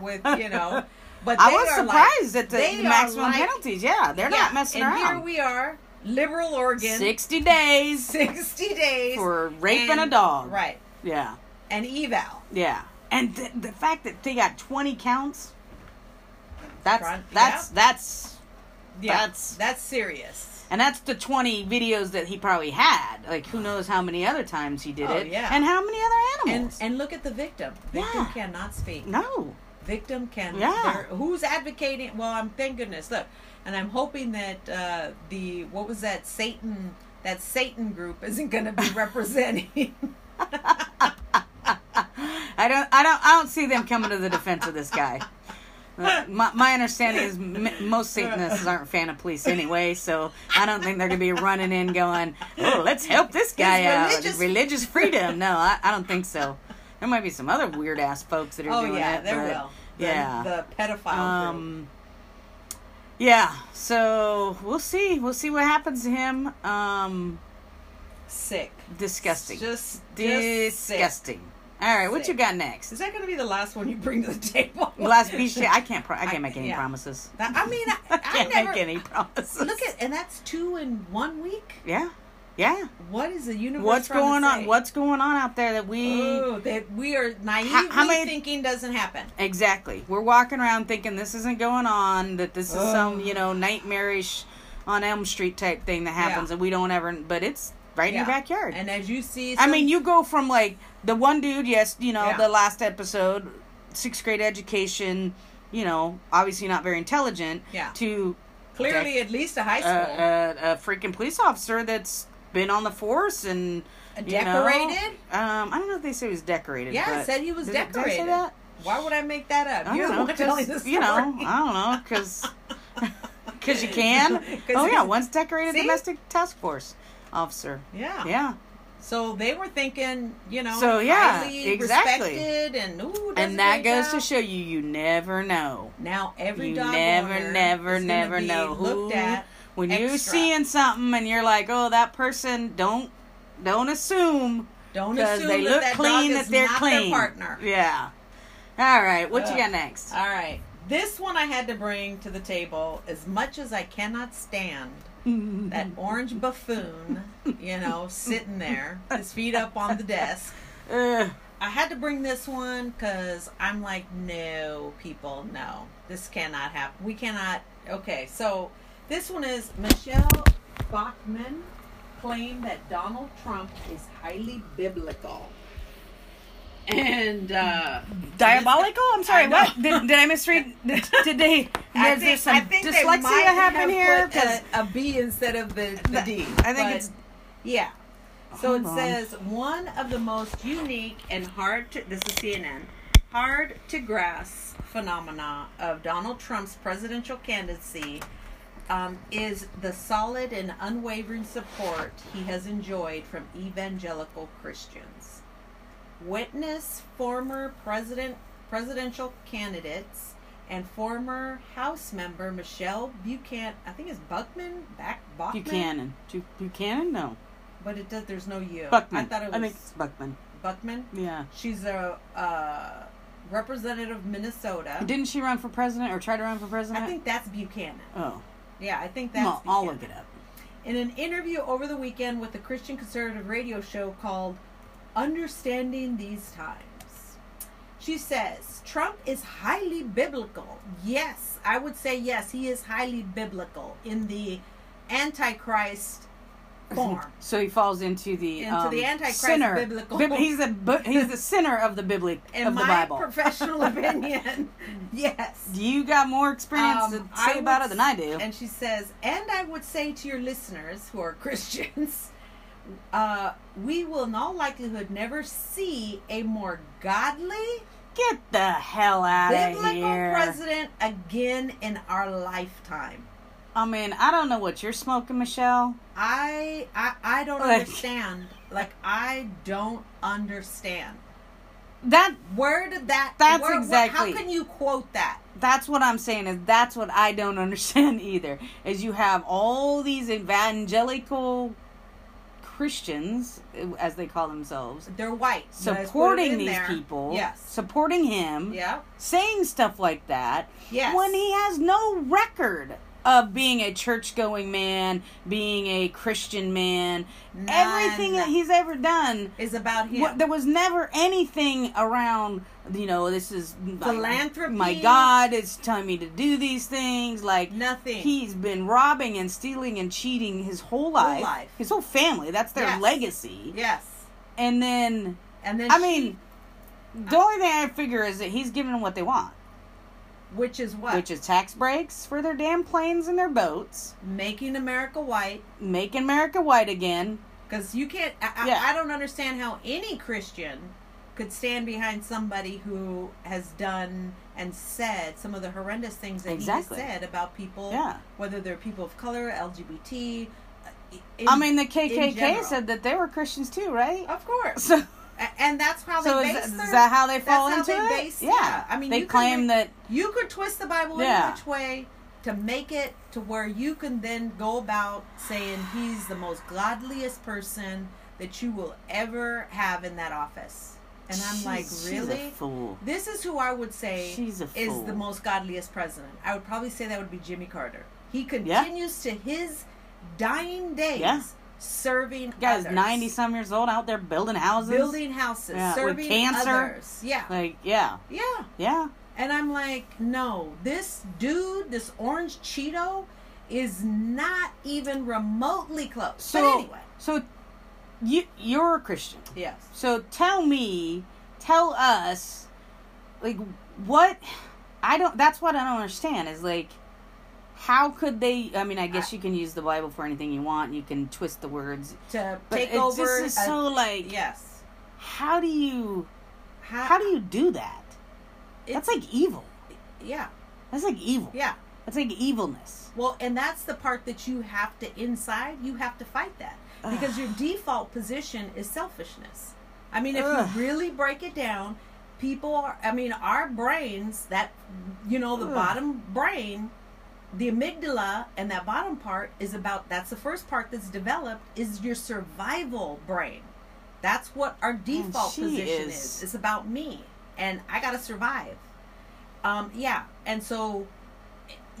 C: <laughs>
B: with you know, but
C: I
B: they
C: was
B: are
C: surprised
B: like,
C: at the,
B: they
C: the
B: are
C: maximum
B: like-
C: penalties. Yeah, they're
B: yeah,
C: not messing
B: and Here
C: around.
B: we are, liberal Oregon, <laughs>
C: Sixty days
B: 60 days
C: for raping
B: and-
C: a dog.
B: right?
C: Yeah.
B: And eval.
C: Yeah. And th- the fact that they got twenty counts. That's
B: Front-
C: that's
B: yeah.
C: that's
B: Yeah,
C: That's-
B: that's serious.
C: And that's the 20 videos that he probably had. Like, who knows how many other times he did
B: Oh,
C: it.
B: yeah.
C: And how many other
B: And
C: animals.
B: and look at the victim. Victim
C: Yeah.
B: cannot speak.
C: no.
B: victim can
C: Yeah.
B: they're- who's advocating well i'm thank goodness look and i'm hoping that uh the what was that satan that satan group <laughs> isn't going to
C: <laughs>
B: be representing
C: I don't, I don't, I don't see them coming to the defense of this guy. Uh, My, my understanding is m- most Satanists aren't a fan of police anyway, so I don't think they're going to be running in going, "Oh, let's help this guy
B: His
C: out."
B: religious-
C: Religious freedom? No, I, I don't think so. There might be some other weird ass folks that are
B: oh
C: doing
B: yeah
C: it.
B: there
C: but-
B: will The-
C: yeah.
B: the pedophile group.
C: Um, yeah, so we'll see. We'll see what happens to him. Um,
B: sick
C: disgusting.
B: just, just disgusting
C: disgusting. All right, what you
B: Sick.
C: got
B: is
C: next?
B: that going to be the last one you bring to the table
C: <laughs> Last beach day. I can't. Pro- I can't make any
B: yeah.
C: promises.
B: <laughs>
C: <laughs>
B: That- i mean i,
C: I
B: I
C: can't
B: never
C: make any promises.
B: look at and that's two in one week
C: yeah, yeah.
B: what is the universe
C: What's
B: trying to
C: going on?
B: say?
C: What's going on out there that we
B: Ooh, Oh, that we are naively
C: many-
B: thinking doesn't happen
C: exactly? We're walking around thinking this isn't going on. That this is
B: Ugh.
C: some you know nightmarish on Elm Street type thing that happens,
B: Yeah.
C: and we don't ever. But it's right in your
B: Yeah.
C: backyard.
B: And as you see,
C: I
B: some-
C: mean, you go from like the one dude, yes, you know,
B: Yeah.
C: the last episode, sixth grade education, you know, obviously not very intelligent,
B: Yeah.
C: to
B: clearly at least a high
C: a,
B: school
C: a, a freaking police officer that's been on the force and you know,
B: Decorated?
C: um, I don't know if they say he was decorated.
B: Yeah,
C: but-
B: said he was
C: Did it- did I say
B: decorated.
C: that?
B: Why would I make that up?
C: I
B: You're
C: don't
B: the
C: know,
B: one telling the
C: 'cause,
B: story.
C: you know, <laughs> I don't know,
B: <laughs>
C: because you can.
B: 'Cause
C: oh yeah,
B: he's-
C: once decorated
B: See?
C: domestic task force officer.
B: yeah.
C: Yeah,
B: So they were thinking, you know,
C: So, yeah,
B: highly
C: exactly.
B: respected and ooh, does a
C: and that
B: great
C: goes
B: job.
C: to show you, you never know.
B: now every
C: you
B: dog
C: never,
B: owner
C: never,
B: is gonna
C: never
B: be
C: know who.
B: looked at.
C: when you're
B: extra.
C: seeing something and you're like, "Oh, that person," don't don't assume
B: Don't
C: because
B: assume
C: they
B: that
C: look
B: that
C: clean
B: dog
C: that
B: is
C: they're
B: not
C: clean.
B: Their partner.
C: Yeah. All right, what you
B: Ugh.
C: got next?
B: All right. This one I had to bring to the table as much as I cannot stand that orange buffoon, you know, sitting there, his feet up on the desk.
C: Ugh.
B: I had to bring this one because I'm like, no, people, no. This cannot happen. We cannot. Okay, so this one is Michelle Bachman claimed that Donald Trump is highly biblical. And, uh,
C: Diabolical? I'm sorry.
B: I
C: What
B: know.
C: did, did I misread?
B: <laughs>
C: Did, did they? Is
B: I
C: there
B: think-
C: some
B: I think they
C: dyslexia
B: might
C: happen
B: have
C: here?
B: put uh,
C: 'Cause-
B: a, a B instead of the, the D.
C: I think
B: but-
C: it's-
B: yeah. So
C: Hold
B: it
C: on.
B: says one of the most unique and hard to this is CNN. hard to grasp phenomena of Donald Trump's presidential candidacy um, is the solid and unwavering support he has enjoyed from evangelical Christians. Witness former president presidential candidates and former House member Michelle Buchanan. I think it's Buckman. Back Bachman.
C: Buchanan. Du- Buchanan? No.
B: But it does. There's no U.
C: Buckman.
B: I thought it was
C: think it's Buckman.
B: Buckman.
C: Yeah.
B: She's a uh, representative of Minnesota.
C: Didn't she run for president or try to run for president?
B: I think that's Buchanan.
C: Oh.
B: Yeah, I think that's.
C: Well, I'll
B: Buchanan.
C: look it up.
B: In an interview over the weekend with a Christian conservative radio show called Understanding These Times, she says Trump is highly biblical. Yes, I would say yes, he is highly biblical in the
C: <laughs>
B: Antichrist form.
C: So he falls into the
B: Into
C: um,
B: the Antichrist
C: sinner.
B: biblical-
C: Bib- he's a bu- he's the sinner of the biblic
B: In
C: of the
B: my
C: Bible. <laughs>
B: professional opinion, <laughs> yes.
C: you got more experience
B: Um,
C: to say
B: I
C: about
B: would
C: it than I do.
B: s- And she says, and I would say to your listeners who are <laughs> Christians, uh, we will in all likelihood never see a more godly
C: Get the hell out of
B: biblical
C: here.
B: president again in our lifetime.
C: I mean, I don't know what you're smoking, Michelle.
B: I I, I don't
C: Like-
B: understand. Like I don't understand.
C: That
B: Where did that?
C: That's
B: where- where-
C: exactly-
B: how can you quote that?
C: that's what I'm saying is that's what I don't <laughs> understand either. Is you have all these evangelical Christians, as they call themselves,
B: They're white. Let's put it
C: supporting
B: in
C: these
B: there.
C: people,
B: Yes.
C: supporting him,
B: Yeah.
C: saying stuff like that
B: Yes.
C: when he has no record of being a church going man, being a Christian man. Everything
B: None
C: that he's ever done
B: is about him.
C: What, there was never anything around, you know, this is my-
B: Philanthropy.
C: My God is telling me to do these things. Like,
B: Nothing.
C: he's been robbing and stealing and cheating his whole life.
B: life.
C: His whole family. That's their
B: Yes.
C: legacy.
B: Yes.
C: And then,
B: And then
C: I
B: she-
C: mean, the only thing I figure is that he's giving them what they want,
B: which is what?
C: which is tax breaks for their damn planes and their boats,
B: making America white.
C: making America white again.
B: Because you can't. I, I-
C: Yeah.
B: I, don't understand how any Christian could stand behind somebody who has done and said some of the horrendous things that
C: Exactly.
B: he has said about people,
C: Yeah.
B: whether they're people of color, LGBT. uh, in-
C: I mean, the
B: general.
C: KKK said that they were Christians too, right?
B: of
C: <laughs>
B: course,
C: So.
B: A- and that's how they
C: So is,
B: base
C: is
B: their-
C: that how they
B: that's
C: fall
B: how
C: into
B: they
C: it?
B: base-
C: yeah.
B: yeah. I mean,
C: they
B: you can
C: claim
B: re-
C: that
B: You could twist the Bible
C: Yeah.
B: any which way to make it to where you can then go about saying he's the most godliest person that you will ever have in that office. And I'm like,
C: she's- she's a
B: really?
C: fool.
B: This is who I would say
C: She's a
B: is
C: fool.
B: the most godliest president. I would probably say that would be Jimmy Carter. He
C: Yeah.
B: continues to his dying days
C: Yeah.
B: serving
C: Guy's
B: others,
C: ninety some years old out there building houses,
B: building houses,
C: Yeah, with
B: serving
C: cancer.
B: others. Yeah,
C: Like yeah,
B: yeah.
C: yeah.
B: And I'm like, no, this dude, this orange Cheeto, is not even remotely close.
C: So
B: but anyway,
C: so you you're a Christian.
B: yes.
C: So tell me, tell us, like what I don't. That's what I don't understand is like. How could they? I mean, I guess you can use the Bible for anything you want. You can twist the words,
B: To
C: but
B: take
C: it
B: over.
C: just is
B: a-
C: so like.
B: yes.
C: How do you? How do you do that? That's like evil.
B: Yeah,
C: That's like evil.
B: yeah.
C: That's like evilness.
B: Well, and that's the part that you have to inside. You have to fight that because your default position is selfishness. I mean, if
C: Ugh.
B: you really break it down, people are. I mean, our brains that you know the
C: Ugh.
B: bottom brain, the amygdala, and that bottom part is about. That's the first part that's developed is your survival brain. That's what our default
C: she
B: position
C: is-
B: is. It's about me, and I gotta survive. Um, yeah, and so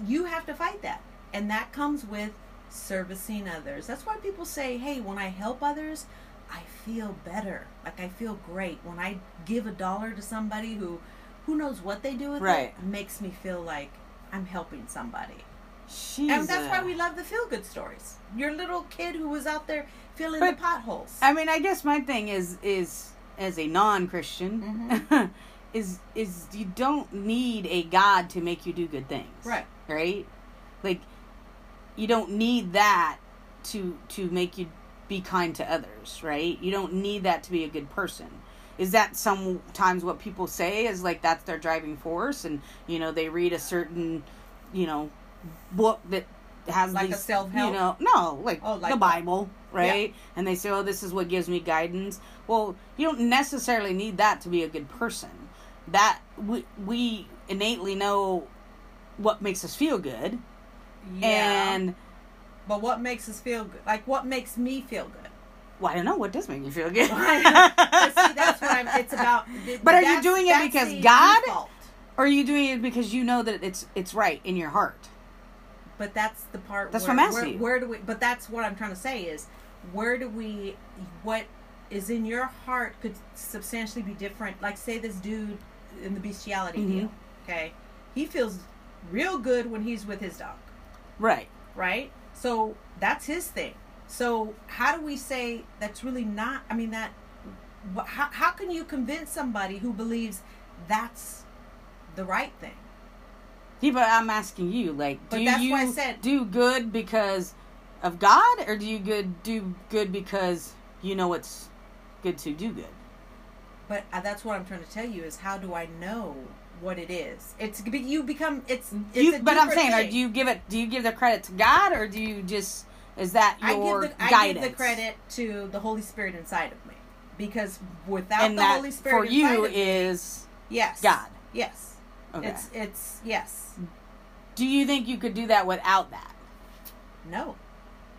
B: you have to fight that. And that comes with servicing others. That's why people say, hey, when I help others, I feel better. Like I feel great. When I give a dollar to somebody who who knows what they do with
C: Right.
B: it, makes me feel like I'm helping somebody.
C: She's
B: and that's
C: a-
B: why we love the feel good stories. Your little kid who was out there filling
C: But-
B: the potholes.
C: I mean, I guess my thing is is as a non-Christian
B: Mm-hmm.
C: <laughs> is is you don't need a god to make you do good things.
B: Right.
C: Right? Like you don't need that to to make you be kind to others, right? You don't need that to be a good person. is that sometimes what people say is like that's their driving force and you know they read a certain you know book that has
B: Like a
C: these,
B: self-help?
C: you know no like,
B: Oh, like
C: the
B: the-
C: bible right and they say oh this is what gives me guidance well you don't necessarily need that to be a good person that we, we innately know what makes us feel good
B: Yeah.
C: and
B: but what makes us feel good? Like what makes me feel
C: <laughs>
B: good?
C: well, I don't know what does make you feel good.
B: But see, that's what I'm. It's about. th-
C: But are you
B: that's-
C: doing it
B: that's
C: because
B: the
C: God?
B: default.
C: <laughs> or are you doing it because you know that it's it's right in your heart?
B: But that's the part.
C: That's
B: where,
C: what I'm
B: where,
C: asking you.
B: Where do we? But that's what I'm trying to say is, where do we? What is in your heart could substantially be different. Like say this dude in the bestiality
C: Mhm.
B: deal. Okay, he feels real good when he's with his dog,
C: Right.
B: right? So that's his thing. So how do we say that's really not? I mean that. wh- How how can you convince somebody who believes that's the right thing?
C: Yeah, but I'm asking you, like, do
B: But that's
C: you
B: why I said-
C: do good because of God, or do you good do good because you know it's good to do good?
B: But uh, that's what I'm trying to tell you is how do I know what it is? It's be- you become it's. it's
C: You,
B: a
C: but I'm
B: deeper
C: saying,
B: thing.
C: or do you give it? Do you give the credit to God, or do you just is that
B: I
C: your
B: give the I
C: guidance?
B: give the credit to the Holy Spirit inside of me because without
C: and
B: the
C: that
B: Holy Spirit
C: for you
B: inside of me,
C: is
B: yes
C: God.
B: yes
C: okay.
B: it's it's yes
C: do you think you could do that without that?
B: no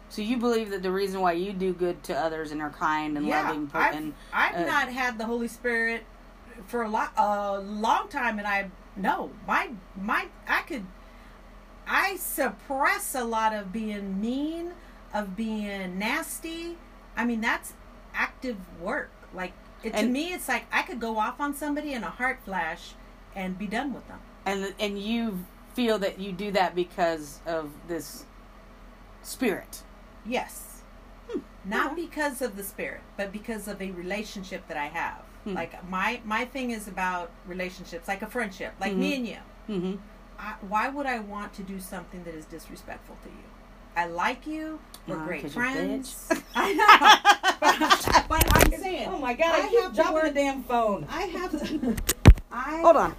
C: So you believe that the reason why you do good to others and are kind and
B: yeah
C: loving, per-
B: I've,
C: and
B: I've
C: uh,
B: not had the Holy Spirit for a lot a long time and I no my my I could I suppress a lot of being mean of being nasty I mean that's active work like it, to
C: And-
B: me it's like I could go off on somebody in a heart flash and be done with them
C: and and you feel that you do that because of this spirit.
B: Yes.
C: Hmm.
B: Not because of the spirit, but because of a relationship that I have.
C: Hmm.
B: Like my my thing is about relationships, like a friendship, like me and you.
C: Mm-hmm.
B: I, why would I want to do something that is disrespectful to you? I like you. We're
C: Nah,
B: great
C: 'cause you're a
B: friends.
C: bitch. Oh
B: <laughs>
C: <laughs>
B: I know. But, but I'm saying. Oh I, have the word.
C: damn phone.
B: I
C: <laughs>
B: have. The, I
C: Hold on.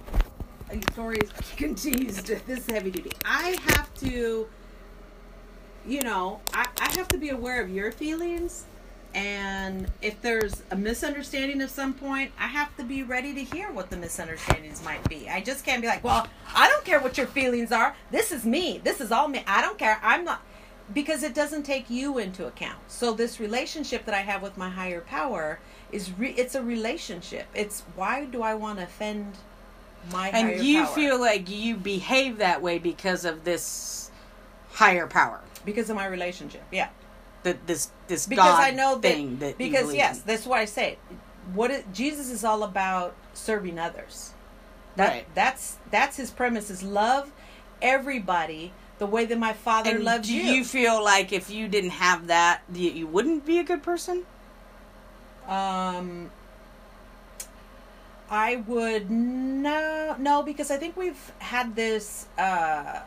B: Sorry, <laughs> continues. to- This is heavy duty. I have to, you know, I, I have to be aware of your feelings, and if there's a misunderstanding at some point, I have to be ready to hear what the misunderstandings might be. I just can't be like, well, I don't care what your feelings are. This is me. This is all me. I don't care. I'm not. Because it doesn't take you into account. So this relationship that I have with my higher power is re- it's a relationship. It's why do I want to offend my higher
C: And you
B: power?
C: feel like you behave that way because of this higher power,
B: because of my relationship yeah
C: that this this
B: because
C: God
B: i know that,
C: thing that you
B: because
C: believe
B: yes
C: in.
B: that's what i say what it, jesus is all about serving others that
C: Right.
B: that's that's his premise is love everybody the way that my father
C: And
B: loves
C: do
B: you,
C: you. feel like if you didn't have that, you, you wouldn't be a good person?
B: um i would no no because i think we've had this uh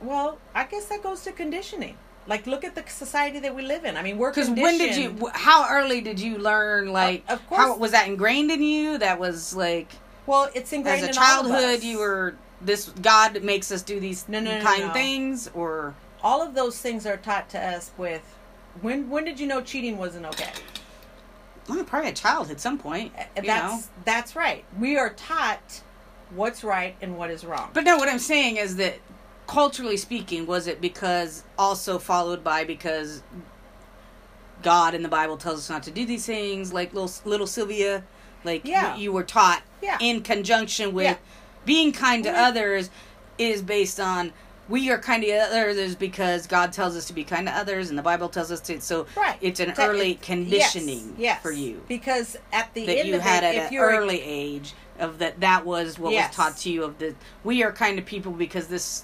B: well i guess that goes to conditioning like look at the society that we live in i mean we're
C: Because when did you?
B: conditioned-
C: wh- How early did you learn? Like,
B: of
C: how
B: course.
C: was that ingrained in you? That was like
B: Well, it's ingrained
C: as a
B: in all of
C: childhood.
B: us.
C: You were this God makes us do these
B: No, no, no,
C: kind
B: no.
C: things, or
B: all of those things are taught to us with when when did you know cheating wasn't okay?
C: well, probably a child at some point.
B: Uh,
C: you
B: That's
C: know?
B: that's right. We are taught what's right and what is wrong.
C: But no, what I'm saying is that culturally speaking, was it because also followed by because God in the Bible tells us not to do these things, like little little Sylvia, like y-
B: Yeah.
C: you were taught
B: Yeah.
C: in conjunction with
B: Yeah.
C: being kind to
B: Well,
C: others is based on we are kind to others because God tells us to be kind to others and the Bible tells us to. So
B: right.
C: it's an
B: Te-
C: early
B: it's-
C: conditioning
B: yes, yes.
C: for you
B: because at the
C: that
B: end
C: you
B: of
C: had
B: it,
C: at
B: if
C: an
B: you're
C: early age of that that was what
B: Yes.
C: was taught to you of the we are kind of people because this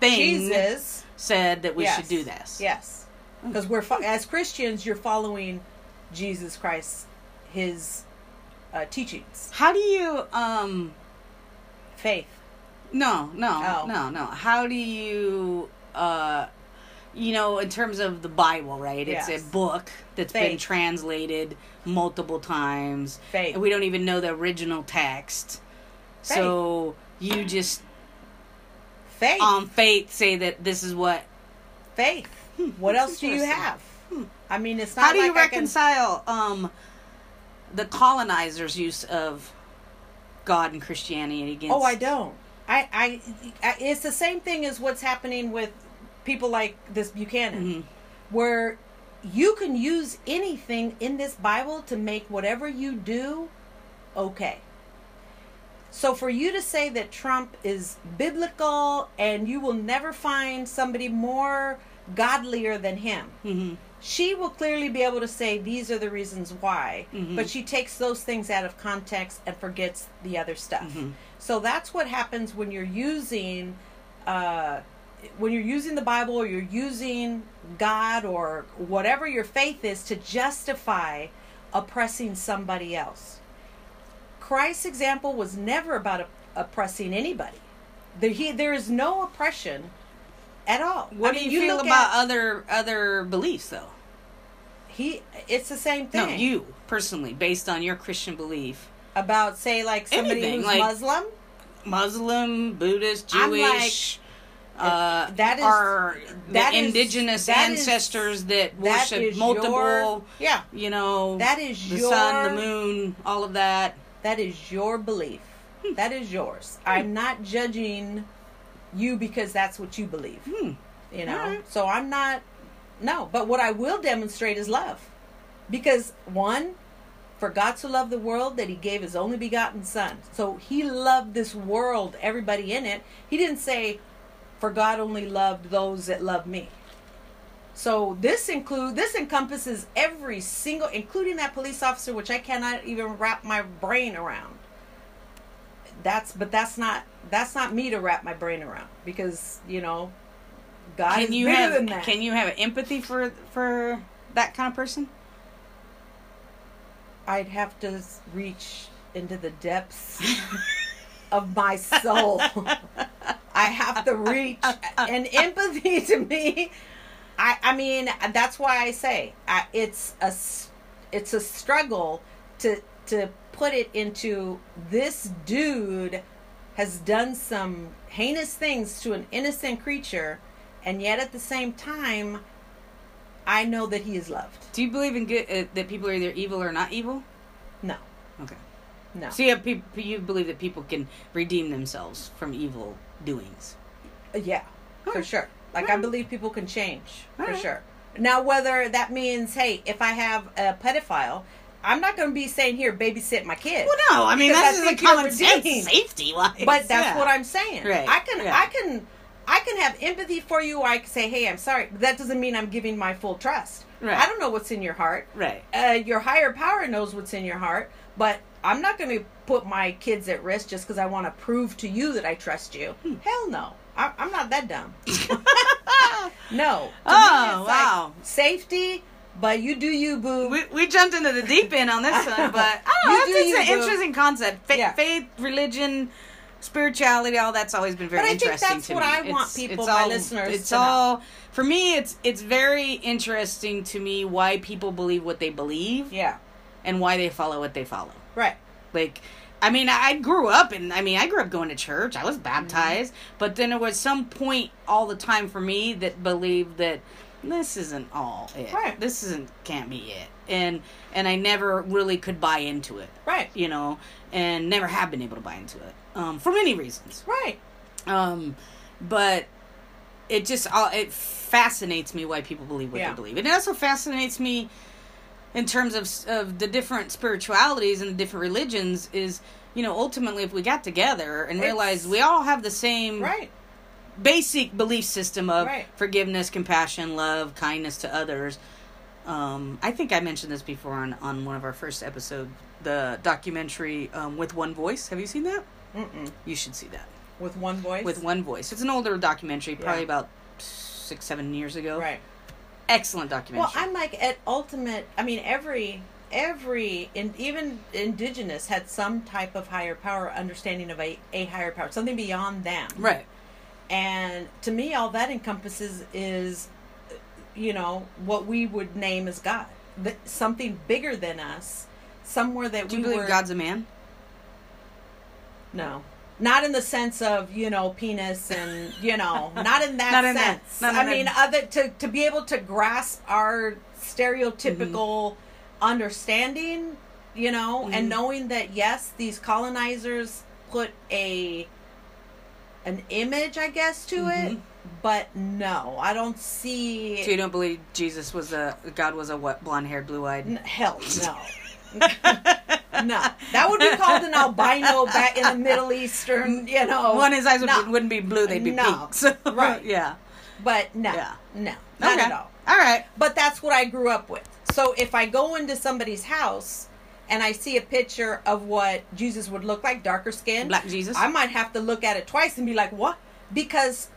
C: thing
B: Jesus,
C: said that we
B: Yes.
C: should do this Hmm.
B: Yes, because we're fo- as Christians, you're following Jesus Christ, His uh, teachings,
C: how do you um
B: faith.
C: no no
B: Oh.
C: no no how do you uh you know, in terms of the Bible, right? It's
B: Yes.
C: a book that's been
B: Faith.
C: translated multiple times.
B: Faith.
C: And we don't even know the original text. So you just
B: Faith.
C: on faith say that this is what
B: faith. What
C: hmm, that's
B: else do you
C: interesting. Hmm.
B: have? I mean, it's not
C: How do
B: like
C: you
B: I can-
C: reconcile um the colonizers' use of God and Christianity against
B: Oh, I don't. I, I, I, it's the same thing as what's happening with people like this Buchanan,
C: Mhm.
B: where you can use anything in this Bible to make whatever you do okay. So for you to say that Trump is biblical and you will never find somebody more godlier than him.
C: Mhm.
B: She will clearly be able to say these are the reasons why,
C: Mm-hmm.
B: but she takes those things out of context and forgets the other stuff.
C: Mm-hmm.
B: So that's what happens when you're using, uh, when you're using the Bible or you're using God or whatever your faith is to justify oppressing somebody else. Christ's example was never about op- oppressing anybody. There, he, there is no oppression at all.
C: What
B: I mean,
C: do you, feel
B: look
C: about
B: at-
C: other other beliefs though?
B: he it's the same
C: No,
B: thing
C: you personally, based on your Christian belief.
B: about say like somebody
C: Anything,
B: who's
C: like-
B: muslim
C: Muslim, Buddhist,
B: I'm
C: Jewish, uh,
B: that is-
C: are
B: that
C: the
B: is-
C: indigenous
B: that is-
C: ancestors that
B: that
C: worship
B: is
C: multiple,
B: your, yeah
C: you know,
B: That is
C: the sun, the
B: your-
C: moon, all of that.
B: that is your belief
C: Hmm.
B: that is yours i'm not judging you because that's what you believe
C: Hmm.
B: you know
C: Alright.
B: so i'm not no but what i will demonstrate is love because one for god so loved the world that he gave his only begotten son so he loved this world everybody in it he didn't say for god only loved those that love me so this include this encompasses every single including that police officer which i cannot even wrap my brain around that's but that's not that's not me to wrap my brain around because you know god
C: Can
B: is
C: you
B: bigger
C: have
B: than that
C: can you have empathy for for that kind of person?
B: I'd have to s- reach into the depths of my soul. I have to reach and empathy <laughs> to me. I I mean that's why I say I, it's a s- it's a struggle to to put it into this dude has done some heinous things to an innocent creature and yet at the same time I know that he is loved.
C: Do you believe in good uh, that people are either evil or not evil?
B: No.
C: Okay.
B: No.
C: So you, have peop you believe that people can redeem themselves from evil doings.
B: Yeah, for
C: Alright.
B: sure. Like I
C: Alright.
B: believe people can change for
C: Alright.
B: sure. Now whether that means hey, if I have a pedophile, I'm not going to be saying here babysit my kid.
C: Well, no, I mean
B: Because
C: that's
B: I
C: just a
B: think you're
C: common sense
B: redeemed.
C: safety wise.
B: but that's what I'm saying.
C: Right,
B: I can
C: yeah.
B: I can I can have empathy for you or I can say hey, I'm sorry. But that doesn't mean I'm giving my full trust.
C: Right.
B: I don't know what's in your heart.
C: right.
B: Uh, your higher power knows what's in your heart, but I'm not going to put my kids at risk just because I want to prove to you that I trust you.
C: Hmm.
B: Hell no. I, I'm not
C: <laughs>
B: that dumb. <laughs> No. To
C: Oh,
B: it's
C: wow.
B: Like safety, but you do you, boo.
C: We, we jumped into the deep end on this one,
B: <laughs>
C: but I don't know.
B: You
C: That's
B: do
C: it's
B: you,
C: an
B: boo.
C: interesting concept. Fa-
B: Yeah.
C: Faith, religion, spirituality, all that's always been very
B: But I think
C: interesting
B: that's
C: to
B: what
C: me.
B: I want people, my listeners,
C: It's
B: to know.
C: all for me. It's it's very interesting to me why people believe what they believe
B: yeah.
C: and why they follow what they follow.
B: Right.
C: Like, I mean, I grew up and I mean, I grew up going to church. I was
B: Mm-hmm.
C: baptized, but then there was some point all the time for me that believed that this isn't all it.
B: Right.
C: This isn't can't be it, and and I never really could buy into it,
B: Right.
C: you know, and never have been able to buy into it, um, for many reasons.
B: Right.
C: Um, but it just all it fascinates me why people believe what
B: Yeah.
C: they believe, and it also fascinates me in terms of s- of the different spiritualities and the different religions. Is you know ultimately if we got together and
B: It's-
C: realized we all have the same
B: Right.
C: basic belief system of
B: Right.
C: forgiveness, compassion, love, kindness to others. Um, I think I mentioned this before on, on one of our first episode, the documentary um, with one voice. Have you seen that?
B: Mm-mm.
C: You should see that
B: With one voice.
C: with one voice. It's an older documentary, probably
B: Yeah.
C: about six, seven years ago.
B: Right.
C: Excellent documentary.
B: Well, I'm like at ultimate. I mean, every every and even indigenous had some type of higher power, understanding of a a higher power, something beyond them.
C: right.
B: And to me, all that encompasses is you know, what we would name as God, Th- something bigger than us, somewhere that
C: Do
B: we
C: you believe
B: were.
C: God's a man?
B: No. Not in the sense of, you know, penis and,
C: <laughs>
B: you know, not in that
C: Not in that.
B: sense.
C: Not in
B: I
C: that.
B: mean, other to, to be able to grasp our stereotypical
C: Mm-hmm.
B: understanding, you know, and knowing that, yes, these colonizers put a an image, I guess, to it,
C: Mm-hmm.
B: but no, I don't see
C: So you don't believe Jesus was a God was a what? Blonde haired, blue eyed.
B: N- hell
C: <laughs>
B: no. no, that would be called an albino back in the Middle Eastern, you know.
C: One his eyes would,
B: no.
C: be- wouldn't be blue; they'd be
B: No.
C: pink. <laughs> So,
B: Right.
C: Yeah.
B: But no,
C: Yeah.
B: no, not
C: okay.
B: at all.
C: All right.
B: But that's what I grew up with. So if I go into somebody's house and I see a picture of what Jesus would look like, darker skin,
C: Black Jesus.
B: I might have to look at it twice and be like, what? Because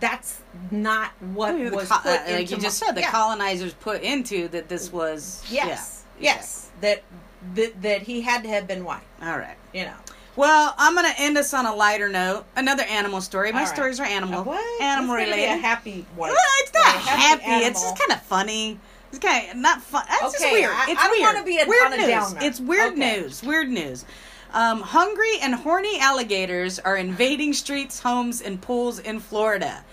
B: that's not what
C: The
B: was
C: co- uh,
B: put into
C: like you
B: my-
C: just said, the
B: Yeah.
C: colonizers put into that this was.
B: Yes,
C: yeah.
B: yes, that, that that he had to have been white.
C: All right.
B: You know,
C: Well, I'm gonna end us on a lighter note. Another animal story. My
B: All right.
C: stories are animal,
B: what
C: Oh. animal
B: This is gonna be
C: related.
B: a happy one.
C: well, it's not
B: Or a
C: happy. It's
B: animal.
C: just kind of funny. It's kind of not fun. It's just
B: Okay,
C: weird.
B: I-
C: it's
B: I don't
C: weird.
B: wanna be a-
C: weird
B: on a
C: news.
B: downer.
C: It's weird
B: Okay.
C: news. Weird news. Um, hungry and horny alligators are invading streets, homes, and pools in Florida.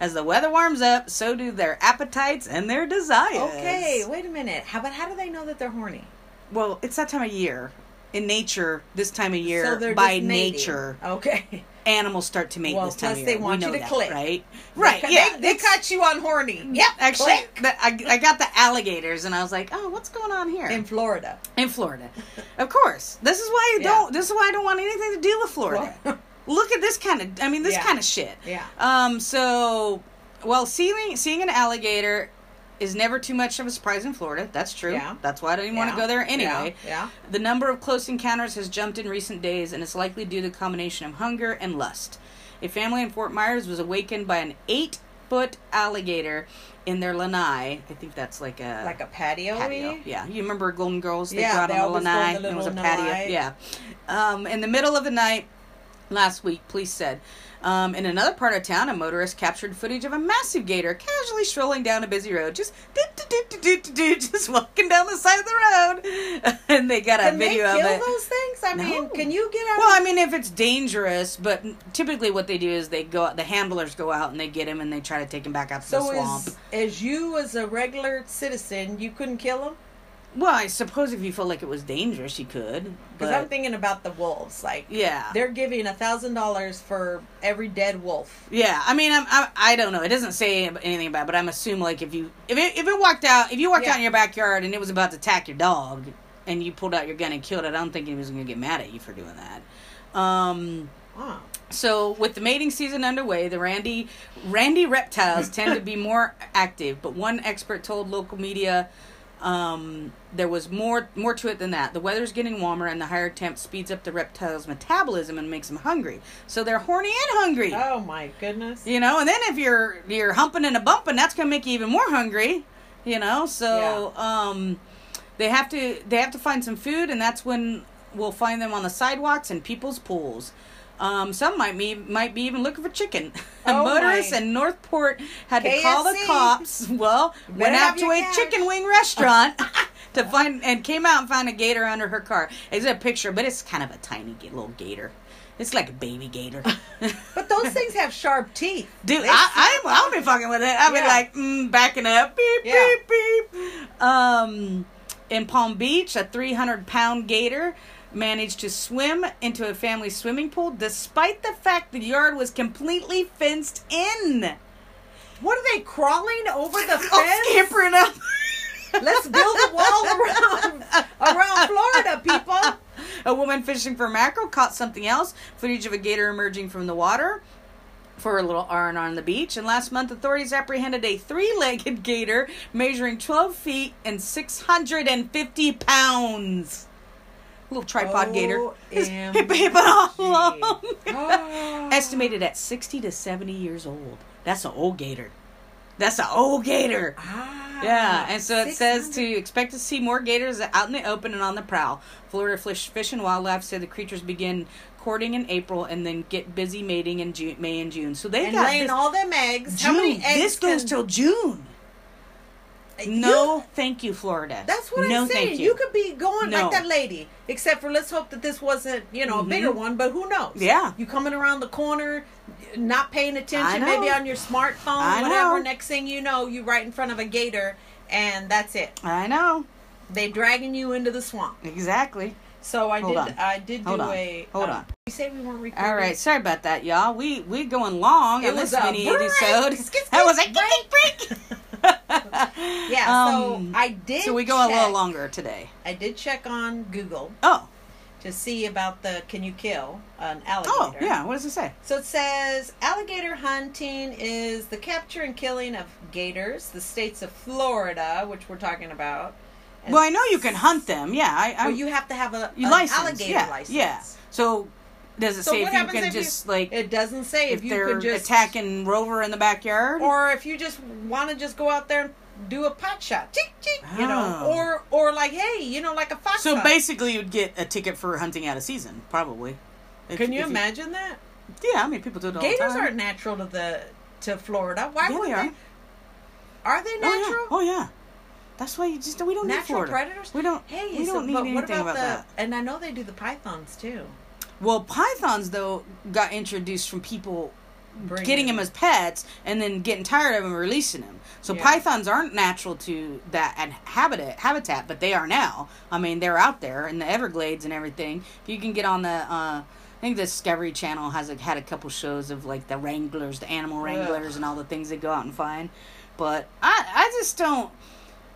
C: As the weather warms up, so do their appetites and their desires.
B: Okay, wait a minute. How about how do they know that they're horny?
C: Well, it's that time of year. In nature, this time of year,
B: So they're
C: by
B: just mating.
C: nature,
B: <laughs> Okay.
C: animals start to mate
B: Well,
C: this time
B: plus
C: of year.
B: they
C: We
B: want you
C: know
B: to
C: that,
B: click.
C: right? <laughs> Right.
B: They,
C: yeah.
B: They, they
C: it's-
B: caught you on horny. Yep.
C: Actually,
B: click.
C: the, I, I got the alligators, and I was like, "Oh, what's going on here
B: <laughs> in
C: in,
B: Florida.
C: Florida?" Of course, this is why I
B: Yeah.
C: don't. This is why I don't want anything to do with Florida.
B: Well- <laughs>
C: Look at this kind of. I mean, this
B: Yeah.
C: kind of shit.
B: Yeah.
C: Um. So, well, seeing seeing an alligator is never too much of a surprise in Florida. That's true.
B: Yeah.
C: That's why I didn't want to
B: Yeah.
C: go there anyway.
B: Yeah.
C: The number of close encounters has jumped in recent days and is likely due to a combination of hunger and lust. A family in Fort Myers was awakened by an eight foot alligator in their lanai. I think that's like a
B: yeah. Like a patio.
C: patio. Yeah. You remember Golden Girls? They
B: Yeah,
C: brought
B: they
C: on the
B: always go in
C: lanai.
B: the
C: and it was a
B: little
C: patio.
B: lanai.
C: Yeah. Um, in the middle of the night last week, police said. Um, in another part of town, a motorist captured footage of a massive gator casually strolling down a busy road, just doot, doot, doot, doot, doot, doot, doot, just <laughs> walking down the side of the road, <laughs> and they got a
B: Can
C: video
B: they kill
C: of it.
B: those things? I
C: No.
B: mean, can you get out?
C: Well, I mean, if it's dangerous, but typically what they do is they go, the handlers go out and they get him and they try to take him back out to the
B: so
C: swamp.
B: as as you as a regular citizen, you couldn't kill them
C: Well, I suppose if you felt like it was dangerous, you could.
B: because
C: But
B: I'm thinking about the wolves. Like
C: yeah,
B: they're giving a thousand dollars for every dead wolf.
C: yeah. I mean, I'm, I'm I don't know. It doesn't say anything about, it, but I'm assuming like if you if it, if it walked out if you walked
B: Yeah.
C: out in your backyard and it was about to attack your dog and you pulled out your gun and killed it, I don't think he was going to get mad at you for doing that. Um,
B: Wow.
C: So, with the mating season underway, the Randy Randy reptiles tend to
B: <laughs>
C: be more active. But one expert told local media um, there was more more to it than that. The weather's getting warmer, and the higher temp speeds up the reptiles' metabolism and makes them hungry. So they're horny and hungry,
B: Oh my goodness.
C: you know. And then if you're you're humping and a bumping, that's gonna make you even more hungry, you know. So um, they have to they have to find some food, and that's when we'll find them on the sidewalks and people's pools. Um, some might be might be even looking for chicken. <laughs> A
B: Oh,
C: motorist
B: my.
C: in Northport had to call the
B: KFC.
C: cops. Well, went
B: have
C: out to
B: your
C: a
B: cash.
C: chicken wing restaurant <laughs> to find and came out and found a gator under her car. It's a picture, but it's kind of a tiny g- little gator. It's like a baby gator. <laughs>
B: But those things have sharp teeth.
C: Dude,
B: They
C: I, I, I'll be fucking with it. I'll be
B: Yeah.
C: like, mm, backing up, beep,
B: Yeah.
C: beep, beep. Um, in Palm Beach, a 300 pound gator managed to swim into a family swimming pool despite the fact the yard was completely fenced in.
B: What are they crawling
C: <laughs>
B: over the
C: Oh,
B: fence?
C: scampering up.
B: Let's build a wall around around Florida, people.
C: <laughs> A woman fishing for mackerel caught something else. Footage of a gator emerging from the water for a little R and R on the beach. And last month, authorities apprehended a three-legged <laughs> gator measuring 12 feet and 650 pounds. Little tripod gator. It's <laughs> hip, hip and all along. <laughs> Estimated at 60 to 70 years old. That's an old gator. That's an old gator. Yeah, and so it says to expect to see more gators out in the open and on the prowl. Florida Fish, Fish and Wildlife said the creatures begin courting in April and then get busy mating in June, May and June. So they
B: and
C: got
B: laying
C: this,
B: all them eggs.
C: June.
B: How many eggs?
C: this goes
B: can-
C: till June. No,
B: you-
C: thank you, Florida.
B: that's what
C: no,
B: I'm saying.
C: Thank
B: you. could be going
C: No. Mm-hmm.
B: like that lady, except for let's hope that this wasn't, you know, a bigger one. But who knows?
C: Yeah.
B: you coming around the corner, not paying attention,
C: know.
B: maybe on your smartphone,
C: I
B: whatever.
C: know.
B: Next thing you know, you right in front of a gator, and that's it.
C: I know
B: They dragging you into the swamp.
C: exactly.
B: So I
C: Hold
B: did.
C: on.
B: I did do
C: Hold on.
B: a.
C: Hold
B: uh,
C: on.
B: You say we weren't recording.
C: All right, sorry about that, y'all. We we going long
B: It
C: in this
B: was a
C: mini
B: break.
C: episode. <laughs>
B: Skit,
C: That was a
B: skit,
C: break.
B: <laughs> Yeah.
C: Um,
B: so I did.
C: so we go a little
B: check-
C: longer today.
B: I did check on Google
C: Oh,
B: to see about the can you kill an alligator.
C: oh, yeah. What does it say?
B: So it says alligator hunting is the capture and killing of gators, the states of Florida, which we're talking about. And-
C: Well, I know you can hunt them. Yeah, I. I
B: Well, you have to have a
C: you
B: an
C: license.
B: alligator
C: yeah,
B: license.
C: yeah. So does it
B: So
C: say
B: what
C: if you
B: happens
C: can
B: if you-
C: just like
B: It doesn't say if,
C: if,
B: you
C: they're
B: can just
C: attacking Rover in the backyard?
B: or if you just want to just go out there and do a pot shot, cheek cheek, you know,
C: Oh.
B: or or like hey, you know, like a fox.
C: so
B: hunt.
C: basically, you'd get a ticket for hunting out of season, probably. If-
B: Can you
C: if
B: imagine that?
C: yeah, I mean, people do it all the
B: Gators
C: time.
B: aren't natural to the to Florida. Why
C: Yeah,
B: would
C: they
B: they?
C: are.
B: Are they
C: Oh
B: natural?
C: yeah. Oh yeah. That's why you just we don't need
B: natural
C: Florida.
B: predators.
C: We don't.
B: Hey,
C: we
B: so-
C: don't need
B: but
C: anything
B: what about, the?
C: that.
B: And I know they do the pythons too.
C: Well, pythons though got introduced from people
B: Bring
C: getting
B: them
C: them as pets and then getting tired of them and releasing them. So
B: Yeah.
C: pythons aren't natural to that and habitat habitat, but they are now. I mean, they're out there in the Everglades and everything. If you can get on the uh I think the Discovery Channel has like, had a couple shows of like the wranglers, the animal wranglers and all the things they go out and find. But I I just don't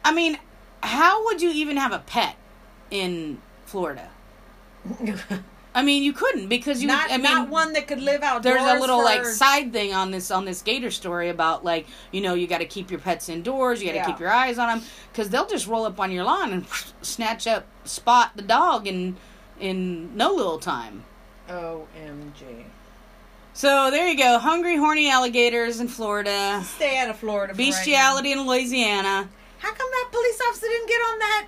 C: I mean, how would you even have a pet in Florida?
B: <laughs>
C: I mean, you couldn't because you
B: not
C: I mean,
B: not one that could live outdoors.
C: there's a little
B: for-
C: like side thing on this on this gator story about like you know you got to keep your pets indoors you got to
B: Yeah.
C: keep your eyes on them because they'll just roll up on your lawn and <laughs> snatch up spot the dog in in no little time
B: Omg.
C: so there you go hungry horny alligators in florida
B: Stay out of Florida. for right now.
C: bestiality in
B: <laughs>
C: louisiana <laughs>
B: How come that police officer didn't get on that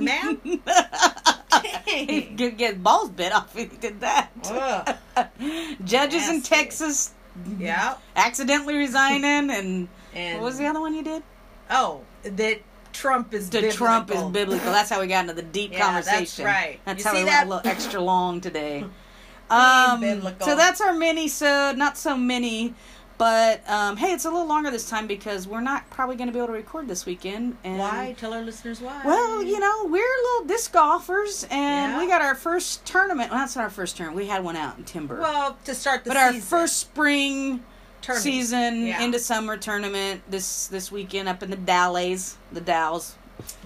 C: <laughs>
B: man?
C: he
B: Dang.
C: could get balls bit off if he did that <laughs>
B: Ugh.
C: judges in
B: Nasty.
C: texas
B: Yeah.
C: accidentally resigning and
B: And
C: what was the other one you did
B: Oh, that Trump is
C: The
B: biblical.
C: Trump is biblical. That's how we got into the deep
B: Yeah, that's
C: conversation.
B: right.
C: That's
B: You
C: how
B: see
C: we
B: that?
C: went a little extra long
B: <laughs>
C: today. Um,
B: biblical.
C: so that's our mini. So not so many, but um, hey, it's a little longer this time because we're not probably going to be able to record this weekend. And
B: Why? Tell our listeners why.
C: Well, you know, we're little disc golfers, and
B: Yeah.
C: we got our first tournament. Well, that's not our first tournament. We had one out in Timber,
B: Well, to start the
C: but our
B: season.
C: first spring
B: Tournament.
C: season
B: Yeah.
C: into summer tournament this this weekend up in the Dallays, the Dalles,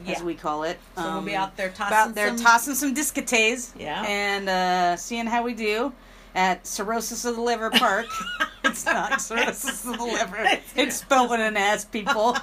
B: Yeah.
C: as we call it.
B: So we'll be out there tossing
C: out there
B: some-
C: tossing some discotheques,
B: Yeah.
C: and uh, seeing how we do at Cirrhosis of the Liver
B: <laughs>
C: Park. it's not Cirrhosis of the Liver; it's spelled with an S,
B: <laughs>
C: people.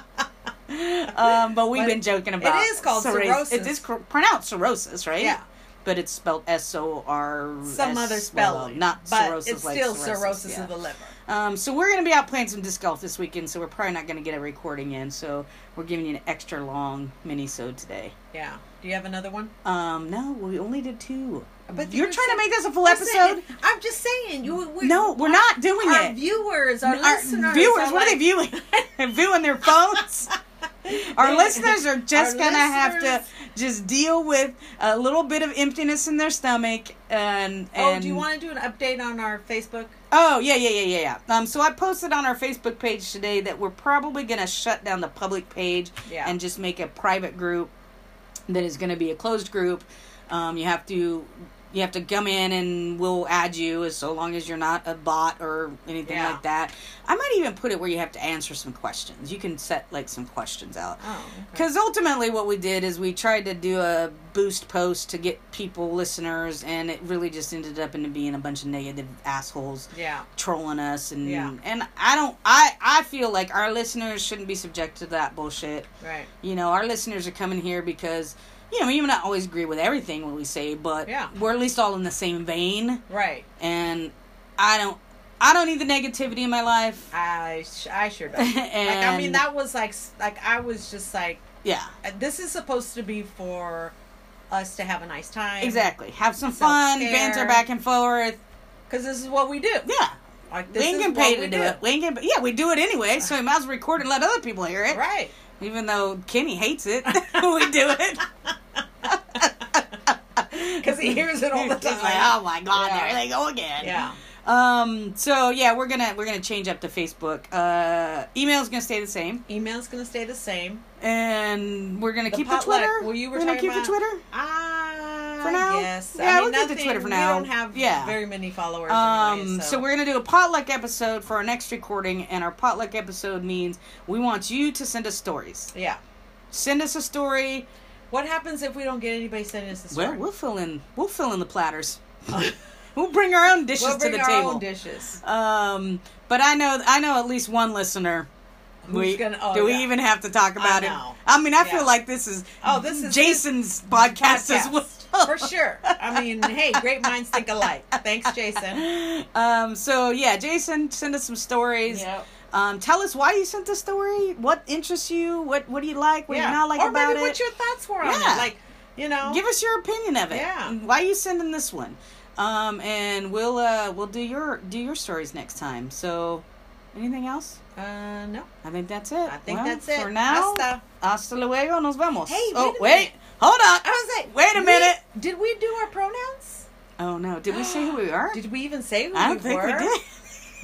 C: Um, but we've
B: But
C: been joking about
B: is called
C: cirrhos-
B: cirrhosis.
C: It is cr- pronounced cirrhosis, right?
B: Yeah.
C: But it's spelled S O R
B: some other
C: well,
B: spelling,
C: not
B: but
C: cirrhosis.
B: it's
C: like
B: still
C: cirrhosis,
B: cirrhosis
C: yeah.
B: of the liver.
C: Um, so we're gonna be out playing some disc golf this weekend, so we're probably not gonna get a recording in. So we're giving you an extra long mini sode today.
B: Yeah. Do you have another one?
C: Um, no, we only did two.
B: But
C: you're
B: you
C: trying to
B: said-
C: make this a full
B: I'm
C: episode.
B: saying- I'm just saying. You. We,
C: no, we're not doing
B: Our
C: it.
B: viewers, our,
C: Our
B: listeners,
C: viewers,
B: are
C: what are they
B: like-
C: viewing? They're viewing <laughs> their
B: <laughs>
C: phones. Our listeners are just
B: Our
C: gonna have to
B: listeners-
C: just deal with a little bit of emptiness in their stomach and
B: Oh,
C: and
B: do you want to do an update on our Facebook?
C: Oh yeah, yeah, yeah, yeah, yeah. Um, so I posted on our Facebook page today that we're probably gonna shut down the public page
B: Yeah.
C: and just make a private group that is gonna be a closed group. Um, you have to you have to come in and we'll add you as so long as you're not a bot or anything
B: Yeah.
C: like that. I might even put it where you have to answer some questions. You can set like some questions out.
B: Oh, okay.
C: Because ultimately, what we did is we tried to do a boost post to get people, listeners, and it really just ended up into being a bunch of negative assholes
B: yeah,
C: trolling us and
B: Yeah.
C: and I don't I I feel like our listeners shouldn't be subjected to that bullshit.
B: right.
C: You know, our listeners are coming here because you know, we may not always agree with everything what we say, but
B: Yeah.
C: we're at least all in the same vein
B: Right.
C: and I don't I don't need the negativity in my life.
B: I sh- I sure
C: <laughs>
B: don't. like I mean
C: And-
B: that was like s- like I was just like
C: Yeah.
B: uh, this is supposed to be for us to have a nice time.
C: Exactly. Have some fun,
B: Self-care.
C: banter back and forth.
B: Cuz this is what we do.
C: Yeah.
B: Like this
C: We ain't
B: is
C: getting
B: what
C: paid
B: we
C: to do it. We ain't getting, yeah, we do it anyway, so we might as well record and let other people hear it.
B: Right. <laughs>
C: Even though Kenny hates it, <laughs> we do it.
B: because he hears it all the
C: He's like,
B: time.
C: oh my god,
B: Yeah.
C: there they go again.
B: Yeah.
C: Um. So yeah, we're gonna we're gonna change up to Facebook. Uh, email's gonna stay the same,
B: Email's gonna stay the same.
C: and we're gonna
B: The
C: keep
B: potluck,
C: the Twitter.
B: well, you were
C: are gonna
B: talking
C: keep the
B: about-
C: Twitter.
B: Ah,
C: For now?
B: yes.
C: Yeah,
B: I mean,
C: we'll keep the
B: nothing-
C: Twitter for
B: We
C: now.
B: don't have
C: Yeah.
B: very many followers.
C: Um,
B: anyway,
C: so. we're gonna do a potluck episode for our next recording, and our potluck episode means we want you to send us stories.
B: yeah.
C: Send us a story.
B: What happens if we don't get anybody sending us a
C: Well,
B: story?
C: we'll fill in. We'll fill in the platters. <laughs> we'll bring our own dishes
B: We'll
C: to
B: bring
C: the
B: our
C: table.
B: own dishes.
C: Um, but I know I know at least one listener.
B: Who's
C: we,
B: gonna- oh,
C: do we
B: yeah.
C: even have to talk about it?
B: know.
C: I mean, I
B: Yeah.
C: feel like this is
B: Oh, this is
C: Jason's podcast, as well.
B: <laughs> for sure. I mean, hey, great minds think alike. Thanks, Jason.
C: <laughs> Um, so yeah, Jason, send us some stories.
B: Yep.
C: Um, tell us why you sent the story. What interests you? What What do you like? What do you not like
B: or
C: about
B: maybe
C: it?
B: what your thoughts were on
C: Yeah.
B: it. Like, you know,
C: Give us your opinion of it.
B: Yeah.
C: Why you sending this one? Um, and we'll uh, we'll do your do your stories next time. So, anything else?
B: uh, no,
C: I think that's it.
B: I think
C: Well,
B: that's it.
C: For now,
B: Hasta.
C: hasta luego, nos vemos.
B: Hey,
C: oh,
B: wait a
C: wait.
B: minute.
C: Hold on.
B: I was like,
C: Wait a
B: we-
C: minute.
B: Did we do our pronouns?
C: Oh, no. Did we say who we are?
B: Did we even say who
C: I
B: we
C: don't think
B: were?
C: we did.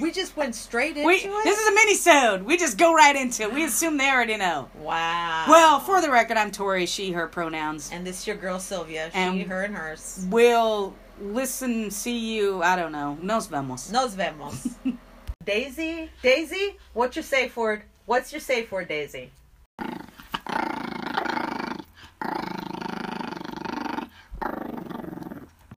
B: We just went straight into
C: We,
B: it.
C: this is a mini-sode. We just go right into it. We assume they already know.
B: wow.
C: Well, for the record, I'm Tori, she, her pronouns.
B: and this is your girl Sylvia. She,
C: And-
B: her, and hers.
C: We'll listen, see you, I don't know. Nos vemos.
B: Nos
C: <laughs>
B: vemos. Daisy, Daisy, what's your safe word? What's your safe word, Daisy?